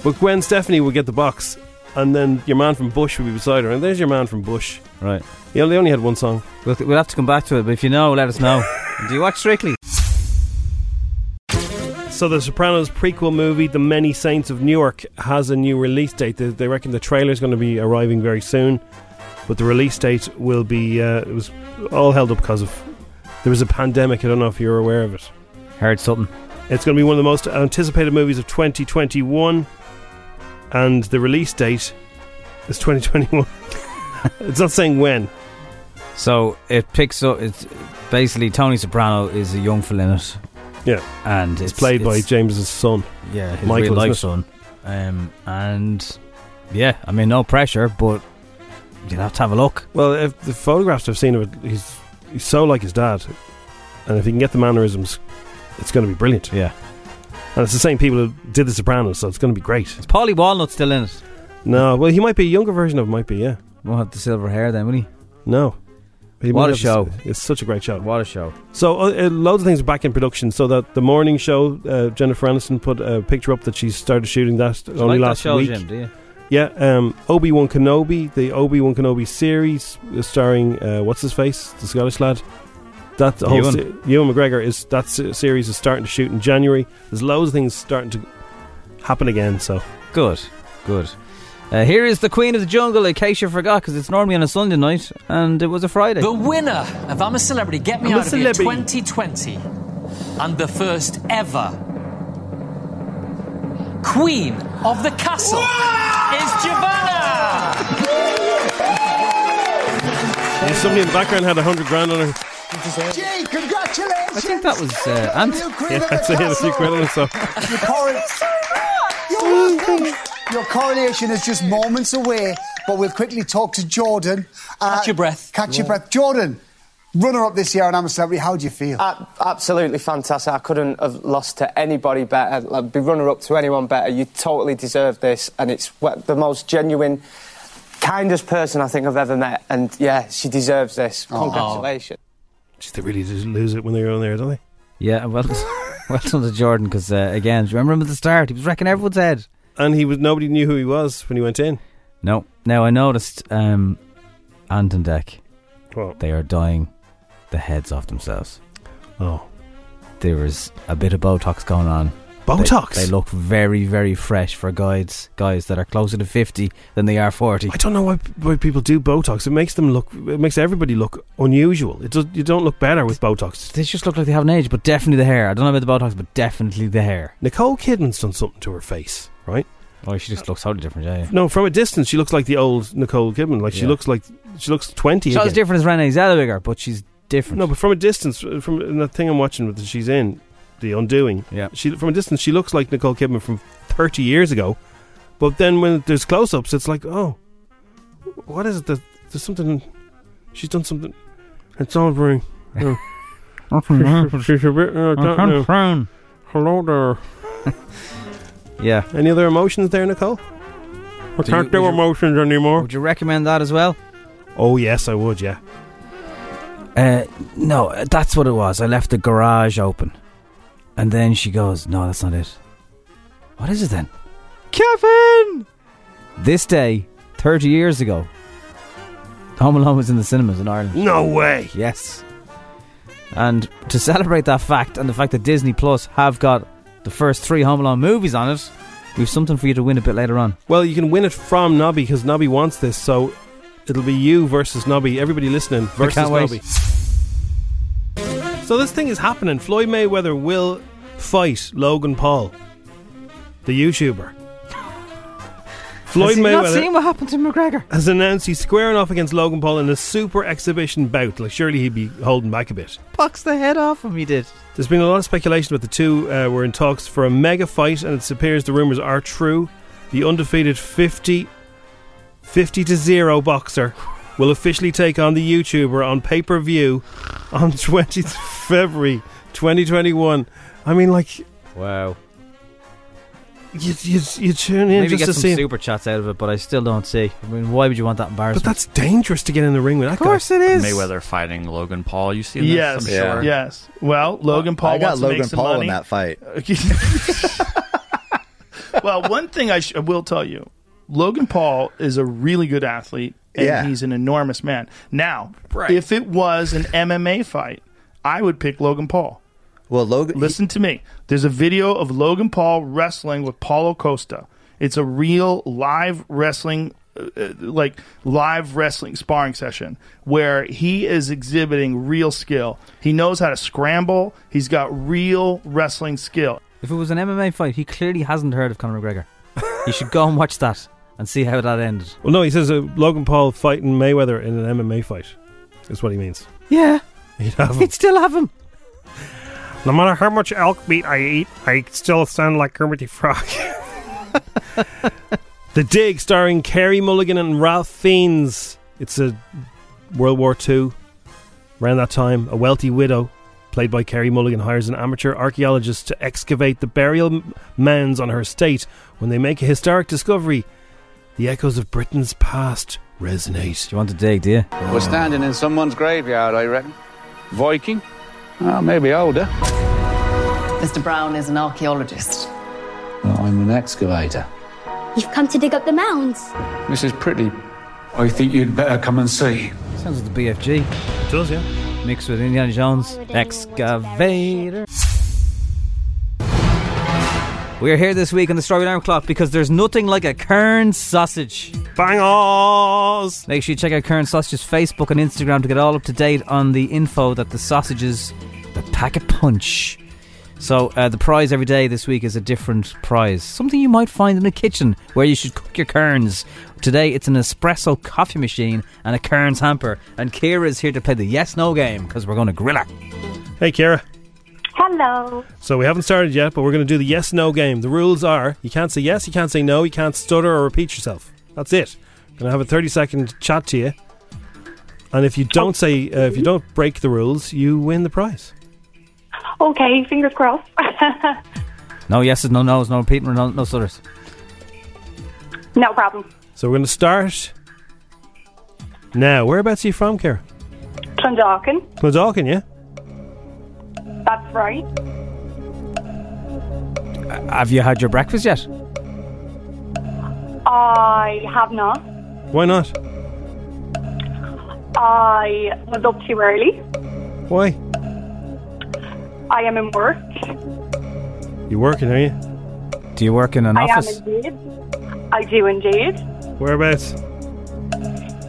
but Gwen Stefani would get the box, and then your man from Bush would be beside her, and there's your man from Bush.
right,
You know, they only had one song.
we'll, we'll have to come back to it. But if you know, let
(laughs)
us know. do you watch Strictly?
So the Sopranos prequel movie, The Many Saints of Newark, has a new release date. They, they reckon the trailer's going to be arriving very soon, but the release date will be. Uh, it was all held up because of there was a pandemic. I don't know if you're aware of it.
Heard something.
It's going to be one of the most anticipated movies of 2021, and the release date is 2021. (laughs) it's not saying when.
So it picks up. It's basically Tony Soprano is a young fella in it.
Yeah,
and
it's,
it's,
played by
it's-
James's son.
Yeah, his
Michael,
real
isn't
life
it?
son. Um, and yeah, I mean, no pressure, but you'll have to have a look.
Well, if the photographs I've seen of it, he's he's so like his dad, and if he can get the mannerisms, it's going to be brilliant.
Yeah,
and it's the same people who did The Sopranos, so it's going to be great. It's
Polly Walnut still in it.
No, well, he might be a younger version of him, might be. Yeah,
won't have the silver hair then, will he?
No. He might
What a
have-
show.
It's such a great show.
What a show.
So, uh, uh, loads of things are back in production. So, that the morning show, uh, Jennifer Aniston put a picture up that she started shooting that only
like that
last
show,
week.
Jim, do you?
Yeah, um, Obi Wan Kenobi, the Obi Wan Kenobi series, uh, starring uh, what's his face, the Scottish lad. That whole
Ewan.
se- Ewan McGregor is that se- series is starting to shoot in January. There's loads of things starting to happen again. So
good, good. Uh, here is the Queen of the Jungle, in case you forgot, because it's normally on a Sunday night, and it was a Friday.
The winner of I'm a Celebrity, Get Me
I'm a
Out of Here
Celebrity.
2020, and the first ever Queen of the Castle is Giovanna!
And somebody in the background had a hundred grand on her.
Gee, congratulations!
I think that was uh, Ant.
New
(laughs)
queen
Yeah,
of the
that's it. A few quid on it, so.
Your, coron- You're welcome. Your coronation is just moments away, but we'll quickly talk to Jordan. Uh,
Catch your breath.
Catch your
Yeah.
breath. Jordan, runner up this year on I'm a Celebrity, how do you feel?
A- absolutely fantastic. I couldn't have lost to anybody better. Like, be runner up to anyone better. You totally deserve this, and it's wh- the most genuine, kindest person I think I've ever met. And yeah, she deserves this. Congratulations.
Jeez, they really did lose it when they were on there, don't they?
Yeah, well, (laughs) well done to Jordan, because uh, again, do you remember him at the start? He was wrecking everyone's head.
And he was nobody knew who he was when he went in.
No. Now, I noticed um, Ant and Deck,
What?
they are dying the heads off themselves.
Oh.
There is a bit of Botox going on. They-
Botox?
They, look very, very fresh for guys, guys that are closer to 50 than they are 40.
I don't know why, why people do Botox. It makes them look. It makes everybody look unusual. It does, you don't look better with Botox.
They just look like they have an age, but definitely the hair. I don't know about the Botox, but definitely the hair.
Nicole Kidman's done something to her face, right?
Oh, she just looks totally different, yeah. yeah.
No, from a distance, she looks like the old Nicole Kidman. Like she
Yeah.
looks like she looks twenty.
She's not as
again.
different as Renee Zellweger, but she's different.
No, but from a distance, uh, from in that thing I'm watching that she's in, The Undoing.
Yeah.
She from a distance, she looks like Nicole Kidman from 30 years ago, but then when there's close-ups, it's like, oh, what is it? That, there's something. She's done something. It's all very. no. (laughs) She's a bit, uh,
I
down
can't
now.
frown.
Hello there.
Yeah.
Any other emotions there, Nicole? I
Do
can't
you-
do
would you-
emotions anymore.
Would you recommend that as well?
Oh yes, I would. Yeah.
Uh, no, uh, that's what it was. I left the garage open. And then she goes, No, that's not it. What is it then? Kevin! This day, 30 years ago, Home Alone was in the cinemas in Ireland.
No way!
Yes. And to celebrate that fact and the fact that Disney Plus have got the first three Home Alone movies on it, we've something for you to win a bit later on.
Well, you can win it from Nobby because Nobby wants this, so it'll be you versus Nobby. Everybody listening versus
can't wait.
Nobby. So this thing is happening. Floyd Mayweather will fight Logan Paul, the
(laughs)
YouTuber. Floyd
Has he not
Mayweather
seen what happened to McGregor?
has announced he's squaring off against Logan Paul in a super exhibition bout. Like surely he'd be holding back a bit.
Pucks the head off him, he did.
There's been a lot of speculation about the two uh, were in talks for a mega fight, and it appears the rumors are true. The undefeated 50, 50 to zero boxer will officially take on the YouTuber on pay per view on (laughs) 20th February 2021. I mean, like you
Wow.
you, you tune in
Maybe
just
get
to
some
see. him.
super chats out of it, but I still don't see. I mean, why would you want that
But
embarrassment?
that's dangerous to get in the ring with that
Of course
guy.
it is.
Mayweather fighting Logan Paul. You seen this?
Yes,
I'm sure.
yes. Well, Logan Paul.
I got
wants to
Logan
make some
Paul in
money.
that fight.
(laughs) well, one thing I, sh- I will tell you, Logan Paul is a really good athlete, and
Yeah.
he's an enormous man. Now,
Right.
if it was an MMA fight, I would pick Logan Paul.
Well, Logan.
Listen to me. There's a video of Logan Paul wrestling with Paulo Costa. It's a real live wrestling uh, like live wrestling sparring session where he is exhibiting real skill. He knows how to scramble. He's got real wrestling skill.
If it was an MMA fight, he clearly hasn't heard of Conor McGregor. you should go and watch that and see how that ended.
Well, no, he says uh, Logan Paul fighting Mayweather in an MMA fight. Is what he means. (laughs)
Yeah,
He'd have him.
he'd still have him.
No matter how much elk meat I eat, I still sound like Kermit the Frog. (laughs) the Dig, starring Kerry Mulligan and Ralph Fiennes. It's a World War II. Around that time, a wealthy widow, played by Kerry Mulligan, hires an amateur archaeologist to excavate the burial m- mounds on her estate. When they make a historic discovery, the echoes of Britain's past resonate. Do
you want to dig, do you?
We're standing in someone's graveyard, I reckon. Viking? Ah, maybe older.
Mr. Brown is an archaeologist.
I'm an excavator.
You've come to dig up the mounds.
This is pretty. I think you'd better come and see.
Sounds like the BFG. It
does, yeah.
Mixed with Indiana Jones. Excavator. We're here this week on the Strawberry Alarm Clock because there's nothing like a Kern sausage.
Bangers!
Make sure you check out Kern Sausage's Facebook and Instagram to get all up to date on the info that the sausages that pack a punch. So uh, the prize every day this week is a different prize. Something you might find in a kitchen where you should cook your kerns. Today it's an espresso coffee machine and a kerns hamper. And Kira is here to play the yes/no game because we're going to grill her.
Hey, Kira.
Hello.
So we haven't started yet, but we're going to do the yes no game. The rules are you can't say yes, you can't say no, you can't stutter or repeat yourself. That's it. going to have a 30 second chat to you. And if you don't say, uh, if you don't break the rules, you win the prize.
Okay, fingers crossed.
No yeses, no nos, no repeating, no, no stutters.
no problem.
So we're going to start now. Whereabouts are you from, Kara?
Clondalkin,
Clondalkin, yeah?
that's right.
Have you had your breakfast yet?
I have not.
Why not?
I was up too early.
Why?
I am in work.
You working, are you?
Do you work in an
I
office?
am indeed. I do indeed.
Whereabouts?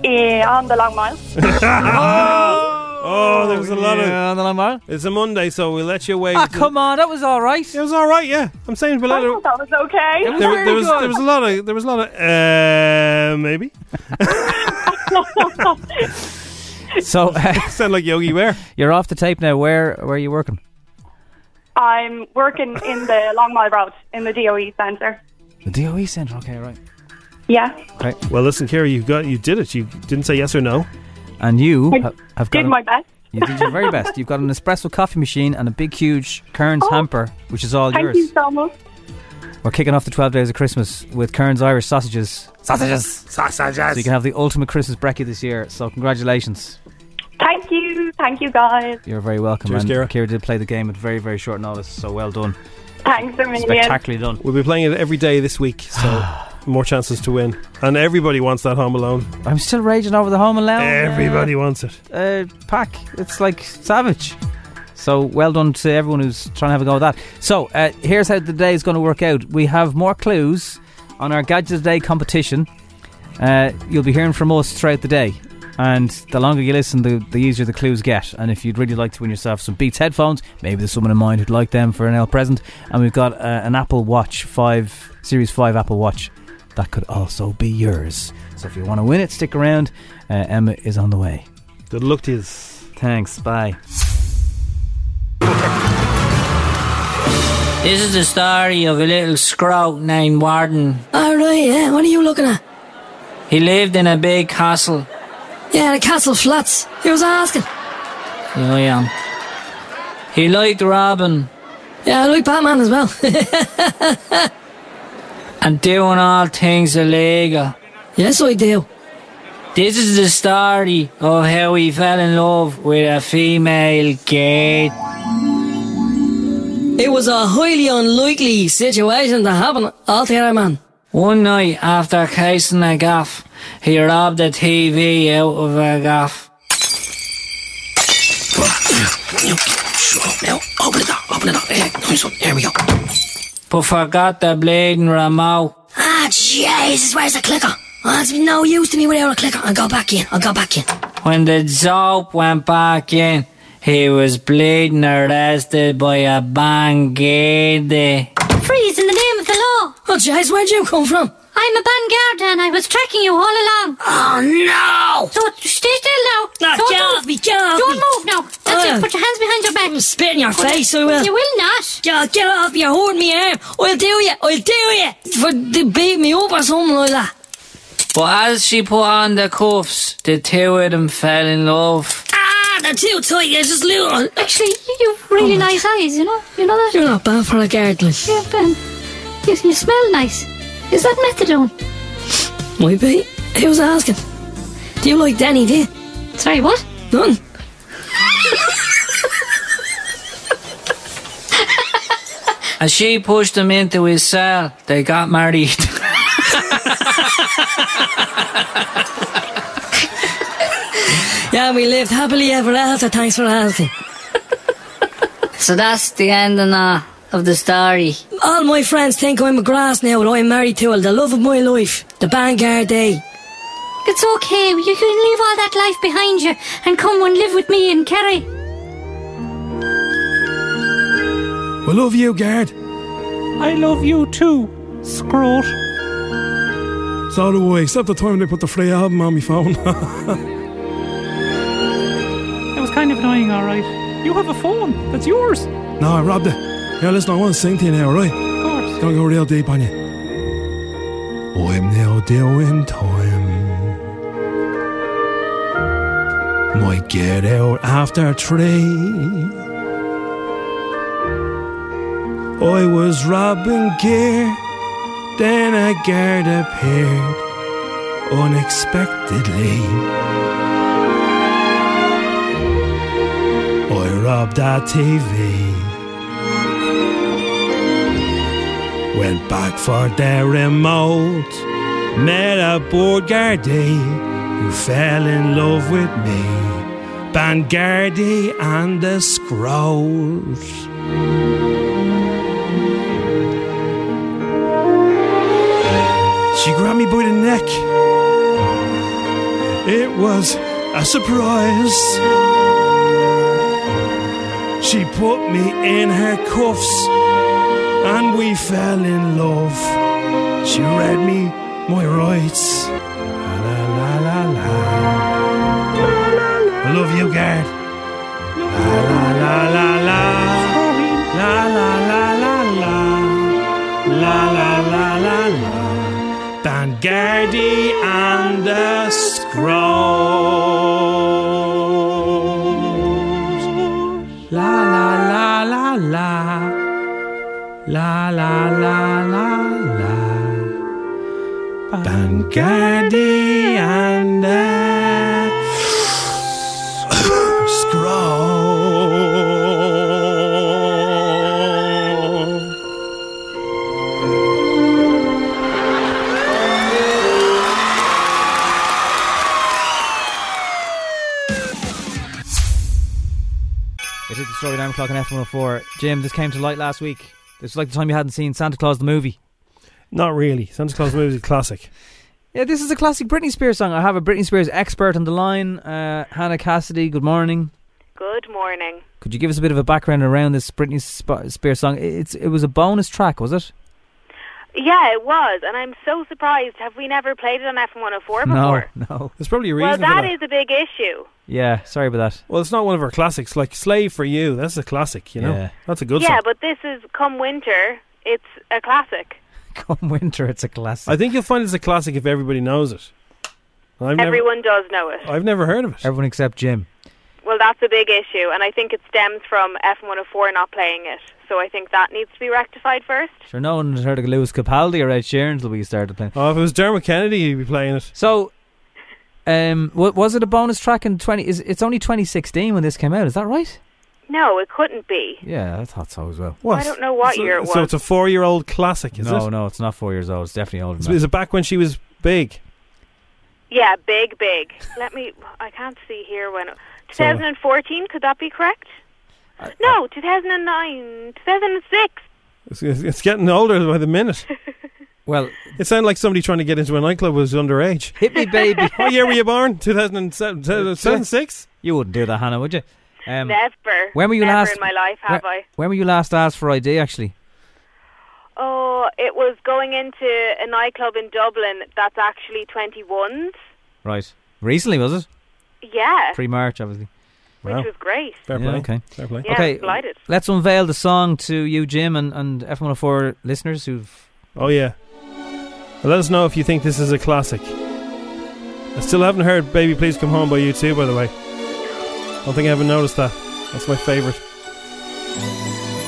Eh, on the long mile.
Oh, there's a lot
yeah,
of. It's a Monday, so we'll let you away.
Ah,
with the-
come Ah, on, that was all right.
It was all right, yeah. I'm saying we let
I thought (laughs)
it.
that was okay.
It was
There,
very
there was
good.
there was a lot of there was a lot of uh, maybe (laughs)
So uh,
sound like Yogi Bear.
you're off the tape now. Where where are you working?
I'm working in the Long Mile Road in the E DOE centre.
The
E
DOE centre. Okay, right.
Yeah,
Okay.
Well, listen, Kira, you got you did it. You didn't say yes or no.
And you ha- have got
did
a-
my best.
you did your very best. You've got an espresso coffee machine and a big, huge Kearns hamper, which is all
Oh, Thank
yours.
you so much.
We're kicking off the 12 days of Christmas with Kearns Irish sausages. Sausages! Sausages! So you can have the ultimate Christmas brekkie this year. So congratulations.
Thank you, thank you guys.
You're very welcome.
Cheers,
and
Ciara.
Ciara did play the game at very, very short notice. So well done.
Thanks a million.
Spectacularly done.
We'll be playing it every day this week,
(sighs)
so more chances to win. And everybody wants that Home Alone.
I'm still raging over the Home Alone. uh,
Everybody wants it.
uh, pack. It's like savage. So well done to everyone who's trying to have a go at that. So uh, here's how the day is going to work out. We have more clues on our Gadget of the Day competition. Uh, you'll be hearing from us throughout the day. And the longer you listen, the, the easier the clues get. And if you'd really like to win yourself some Beats headphones, maybe there's someone in mind who'd like them for an L present. And we've got uh, an Apple Watch 5, Series 5 Apple Watch. That could also be yours. So if you want to win it, stick around. Uh, Emma is on the way.
Good luck to yous.
Thanks. Bye.
This is the story of a little scroat named Warden.
Oh, right, yeah. What are you looking at?
He lived in a big castle.
Yeah, the castle flats. He was asking.
Oh, Yeah, I am. He liked Robin
Yeah, I like Batman as well. (laughs)
and doing all things illegal.
yes, I do.
This is the story of how he fell in love with a female gate.
It was a highly unlikely situation to happen altogether, man.
One night after casing a gaff, he robbed a TV out of a gaff.
Now, open it up, open it up. Here, comes up. Here we go.
But forgot the bleeding remote.
Ah, Jesus, where's the clicker? Oh, it's no use to me without a clicker. I got back in. I got back in.
When the Zope went back in, he was bleeding arrested by a bandit.
Freeze in the name of the law!
Oh, Jase, where'd you come from?
I'm a Bangarda and I was tracking you all along.
Oh, no!
So stay still now.
Ah,
Don't
get
move.
off me, get off
Don't
me.
move now. That's
Ah.
it. Put your hands behind your back.
I'll spit in your face, I will.
You will not.
Get, get off me, you're holding me arm. I'll do you, I'll do you. For they beat me up or something like that.
But as she put on the cuffs, the two of them fell in love.
Ah, they're too tight, they're just little.
Actually, you- you've really
Oh, my
nice eyes, you know? You know that?
You're not bad for a gardener.
Yeah, Ben. You, you smell nice. Is that methadone?
Might be. Who's asking? Do you like Danny, do you?
Sorry, what?
None.
As she pushed him into his cell, they got married. (laughs)
Yeah, we lived happily ever after, thanks for asking.
(laughs) So that's the ending uh, of the story.
All my friends think I'm a grass now and I'm married to her, the love of my life, the Vanguard Day.
It's okay. You can leave all that life behind you and come and live with me in Kerry.
We love you, Gerd.
I love you too, Scrot.
So do I, except the time they put the free album on my phone.
It was kind of annoying, alright. You have a phone. That's yours. Of
no, I robbed it. Here, listen, I want to sing to you now, alright?
course.
Gonna go real deep on you. I'm now doing time. Might get out after three. I was robbing gear, then a guard appeared unexpectedly. I robbed that TV. Went back for the remote. Met a Borgardi who fell in love with me. Bangardi and the Scrolls. She grabbed me by the neck. It was a surprise. She put me in her cuffs and we fell in love. She read me my rights. La la la la la. I love you, Gerd. La la la la la. La la la la la. La la la la la. Bangardi and the Scrolls. La la la la la. La la la la la. Bangardi and the Scroll.
It is the story 9 o'clock on F104. Jim, this came to light last week. It's like the time you hadn't seen Santa Claus the movie.
Not really. Santa Claus movie is a classic.
Yeah, this is a classic Britney Spears song. I have a Britney Spears expert on the line, uh, Hannah Cassidy. Good morning.
Good morning.
Could you give us a bit of a background around this Britney Sp- Spears song? I- It's it was a bonus track, was it?
Yeah, it was, and I'm so surprised. Have we never played it on FM104 before?
No, no.
There's probably a reason.
Well,
for
that
that.
is a big issue.
Yeah, sorry about that. (laughs)
Well, it's not one of our classics. Like "Slave for You," that's a classic. You know,
Yeah.
that's a good
yeah,
song.
but this is come winter. It's a classic.
Come winter, it's a classic.
I think you'll find it's a classic if everybody knows it. I've never,
Everyone does know it.
I've never heard of it.
Everyone except Jim.
Well, that's a big issue, and I think it stems from FM104 not playing it. So I think that needs to be rectified first.
Sure, no one had heard of Lewis Capaldi or Ed Sheeran until we started playing.
Oh, if it was Dermot Kennedy, he'd be playing it.
So, um, wa- was it a bonus track in twenty? Is it's only twenty sixteen when this came out? Is that right?
No, it couldn't be.
Yeah, I thought so as well.
What?
I don't know what
so,
year it
So
was.
it's a four-year-old classic, is
no,
it?
no, it's not four years old. It's definitely older.
Is,
Than
is
that.
it back when she was big?
Yeah, big, big. Let me. I can't see here when. 2014. Could that be correct? no, 2009, 2006.
It's, it's, it's getting older by the minute.
Well,
it sounded like somebody trying to get into a nightclub was underage.
Hit me, baby. (laughs)
what year were you born? 2007,
Uh,
2006?
You wouldn't do that, Hannah, would you? Um,
Never.
When were you
Never
last
in my life have
where-
I?
When were you last asked for ID? Actually,
Oh, it was going into a nightclub in Dublin that's actually 21s.
right. Recently was it?
Yeah.
Pre-March, obviously.
Which was great.
Fair
Yeah,
play.
okay.
Fair play.
Yeah,
okay.
delighted.
Let's unveil the song to you, Jim, and, and F104 listeners who've.
Oh, yeah. Let us know if you think this is a classic. I still haven't heard Baby Please Come Home by you too, by the way. Don't think I haven't noticed that. That's my favourite.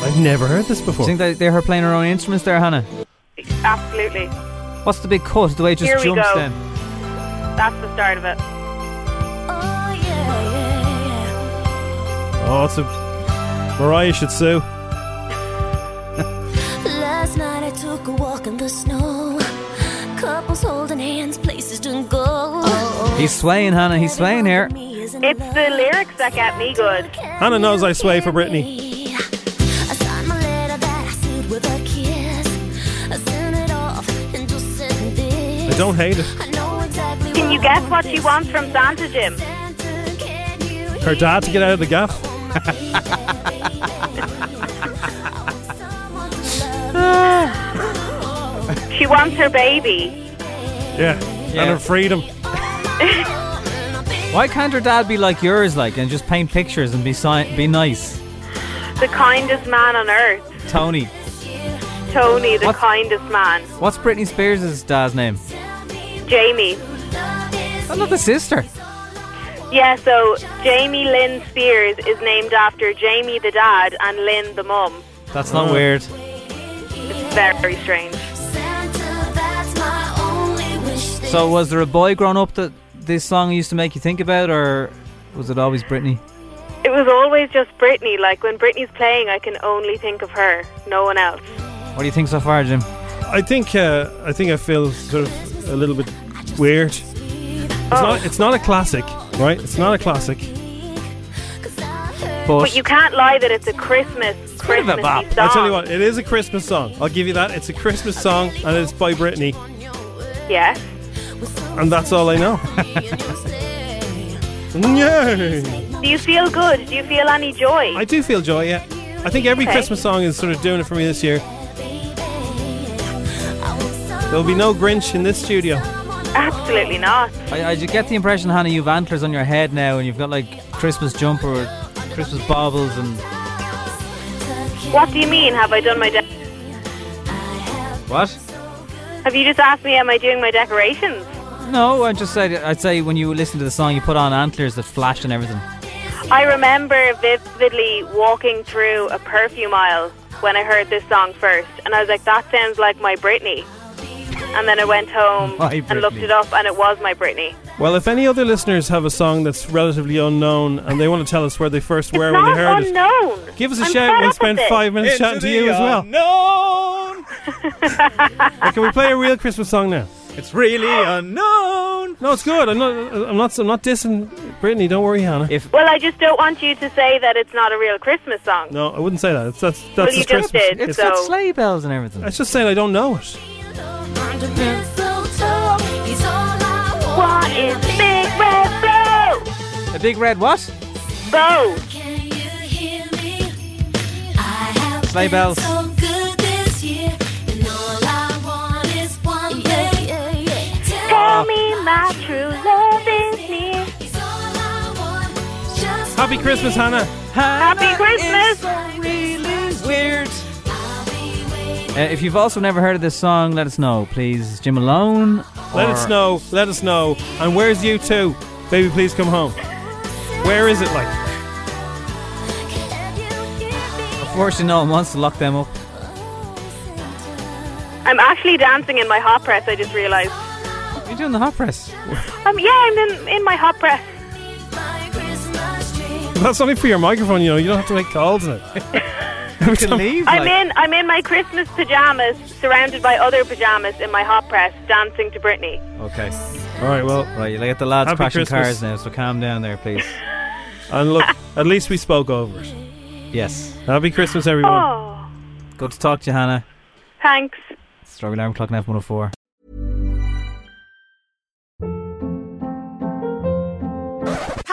I've never heard this
Do you
before.
think they, they're her playing her own instruments there, Hannah?
Absolutely.
What's the big cut? The way it just
Here we
jumps
go.
then.
That's the start of it.
Oh, it's a Mariah should sue.
Last night I took a walk in the snow. Couples holding hands, places don't go.
He's swaying, Hannah. He's swaying here.
It's the lyrics that get me good.
Hannah knows I sway for Britney.
I signed my letter that I sealed with a kiss. I sent it off and just sent this.
I don't hate it.
I know exactly
Can you guess what she wants from Santa, Jim?
Her dad to get out of the gaff.
She wants her baby.
yeah. And her freedom.
Why can't her dad be like yours, like, and just paint pictures and be si- be nice,
The kindest man on earth.
Tony?
Tony, the
What?
kindest man.
What's Britney Spears' dad's name?
Jamie.
I love the sister.
Yeah, so Jamie Lynn Spears is named after Jamie the dad and Lynn the mum.
That's not
Uh.
Oh.
weird.
It's very strange.
that's my only wish. that
So, was there a boy growing up that this song used to make you think about, or was it always Britney?
It was always just Britney. Like when Britney's playing, I can only think of her, no one else.
What do you think so far, Jim?
I think uh, I think I feel sort of a little bit weird. It's not it's not a classic, right? It's not a classic.
But, you can't lie that it's a Christmas Christmas song.
I tell you what, it is a Christmas song. I'll give you that. It's a Christmas song, and it's by Britney,
Yeah.
and that's all I
(laughs)
know. Yay!
Do you feel good? Do you feel any joy?
I do feel joy. Yeah, I think every
Okay.
Christmas song is sort of doing it for me this year. There'll be no Grinch in this studio.
Absolutely not.
I, I ju- get the impression, Hannah, you've antlers on your head now, and you've got like Christmas jumper, or Christmas baubles, and
What do you mean? Have I done my? De-
what?
Have you just asked me? Am I doing my decorations?
No, I just said I'd say when you listen to the song, you put on antlers that flash and everything.
I remember vividly walking through a perfume aisle when I heard this song first, and I was like, "That sounds like my Britney." And then I went home
My
and looked
Britney.
it up, and it was my Britney.
Well, if any other listeners have a song that's relatively unknown and they want to tell us where they first were when
not
they heard it,
unknown.
Give us a
I'm
shout.
fed
We'll
up
spend
with it.
five minutes Into chatting to the you as well. Or can we play a real Christmas song now? It's really unknown. No, it's good. I'm not. I'm not. I'm not dissing Brittany. Don't worry, Hannah.
If
Well, I just don't want you to say that it's not a real Christmas song.
no, I wouldn't say that. It's, that's that's
Well,
just
you just
Christmas.
did, It's got so-
sleigh bells and everything.
I was just saying I don't know it.
under mistletoe is all I want.
What is big red bow?
A big red what?
Bow.
Can you hear me? I have
Sleigh
been
bells.
so good this year, and all I want is one thing.
Tell me my true love is near.
Happy Christmas, Hannah.
Happy Christmas.
weird. Uh, if you've also never heard of this song, let us know, please. Jim Malone.
Let
or-
us know. Let us know. And where's you two, baby? Please come home. Where is it like?
Unfortunately, no one wants to lock them up.
I'm actually dancing in my hot press. I just realised.
You're doing the
(laughs)
hot press.
Um, yeah, I'm in, in my hot press.
That's only for your microphone. You know, you don't have to make calls in it. Every time-
I'm in. I'm in my Christmas pajamas, surrounded by other pajamas in my hot press, dancing to Britney.
Okay.
All right. Well.
Right, you get the lads
Happy
crashing
Christmas.
cars now, so calm down there, please.
And look, at least we spoke over it.
Yes.
Happy Christmas, everyone.
Oh,
Good to talk to you, Hannah.
thanks.
Strawberry Alarm Clock and F104.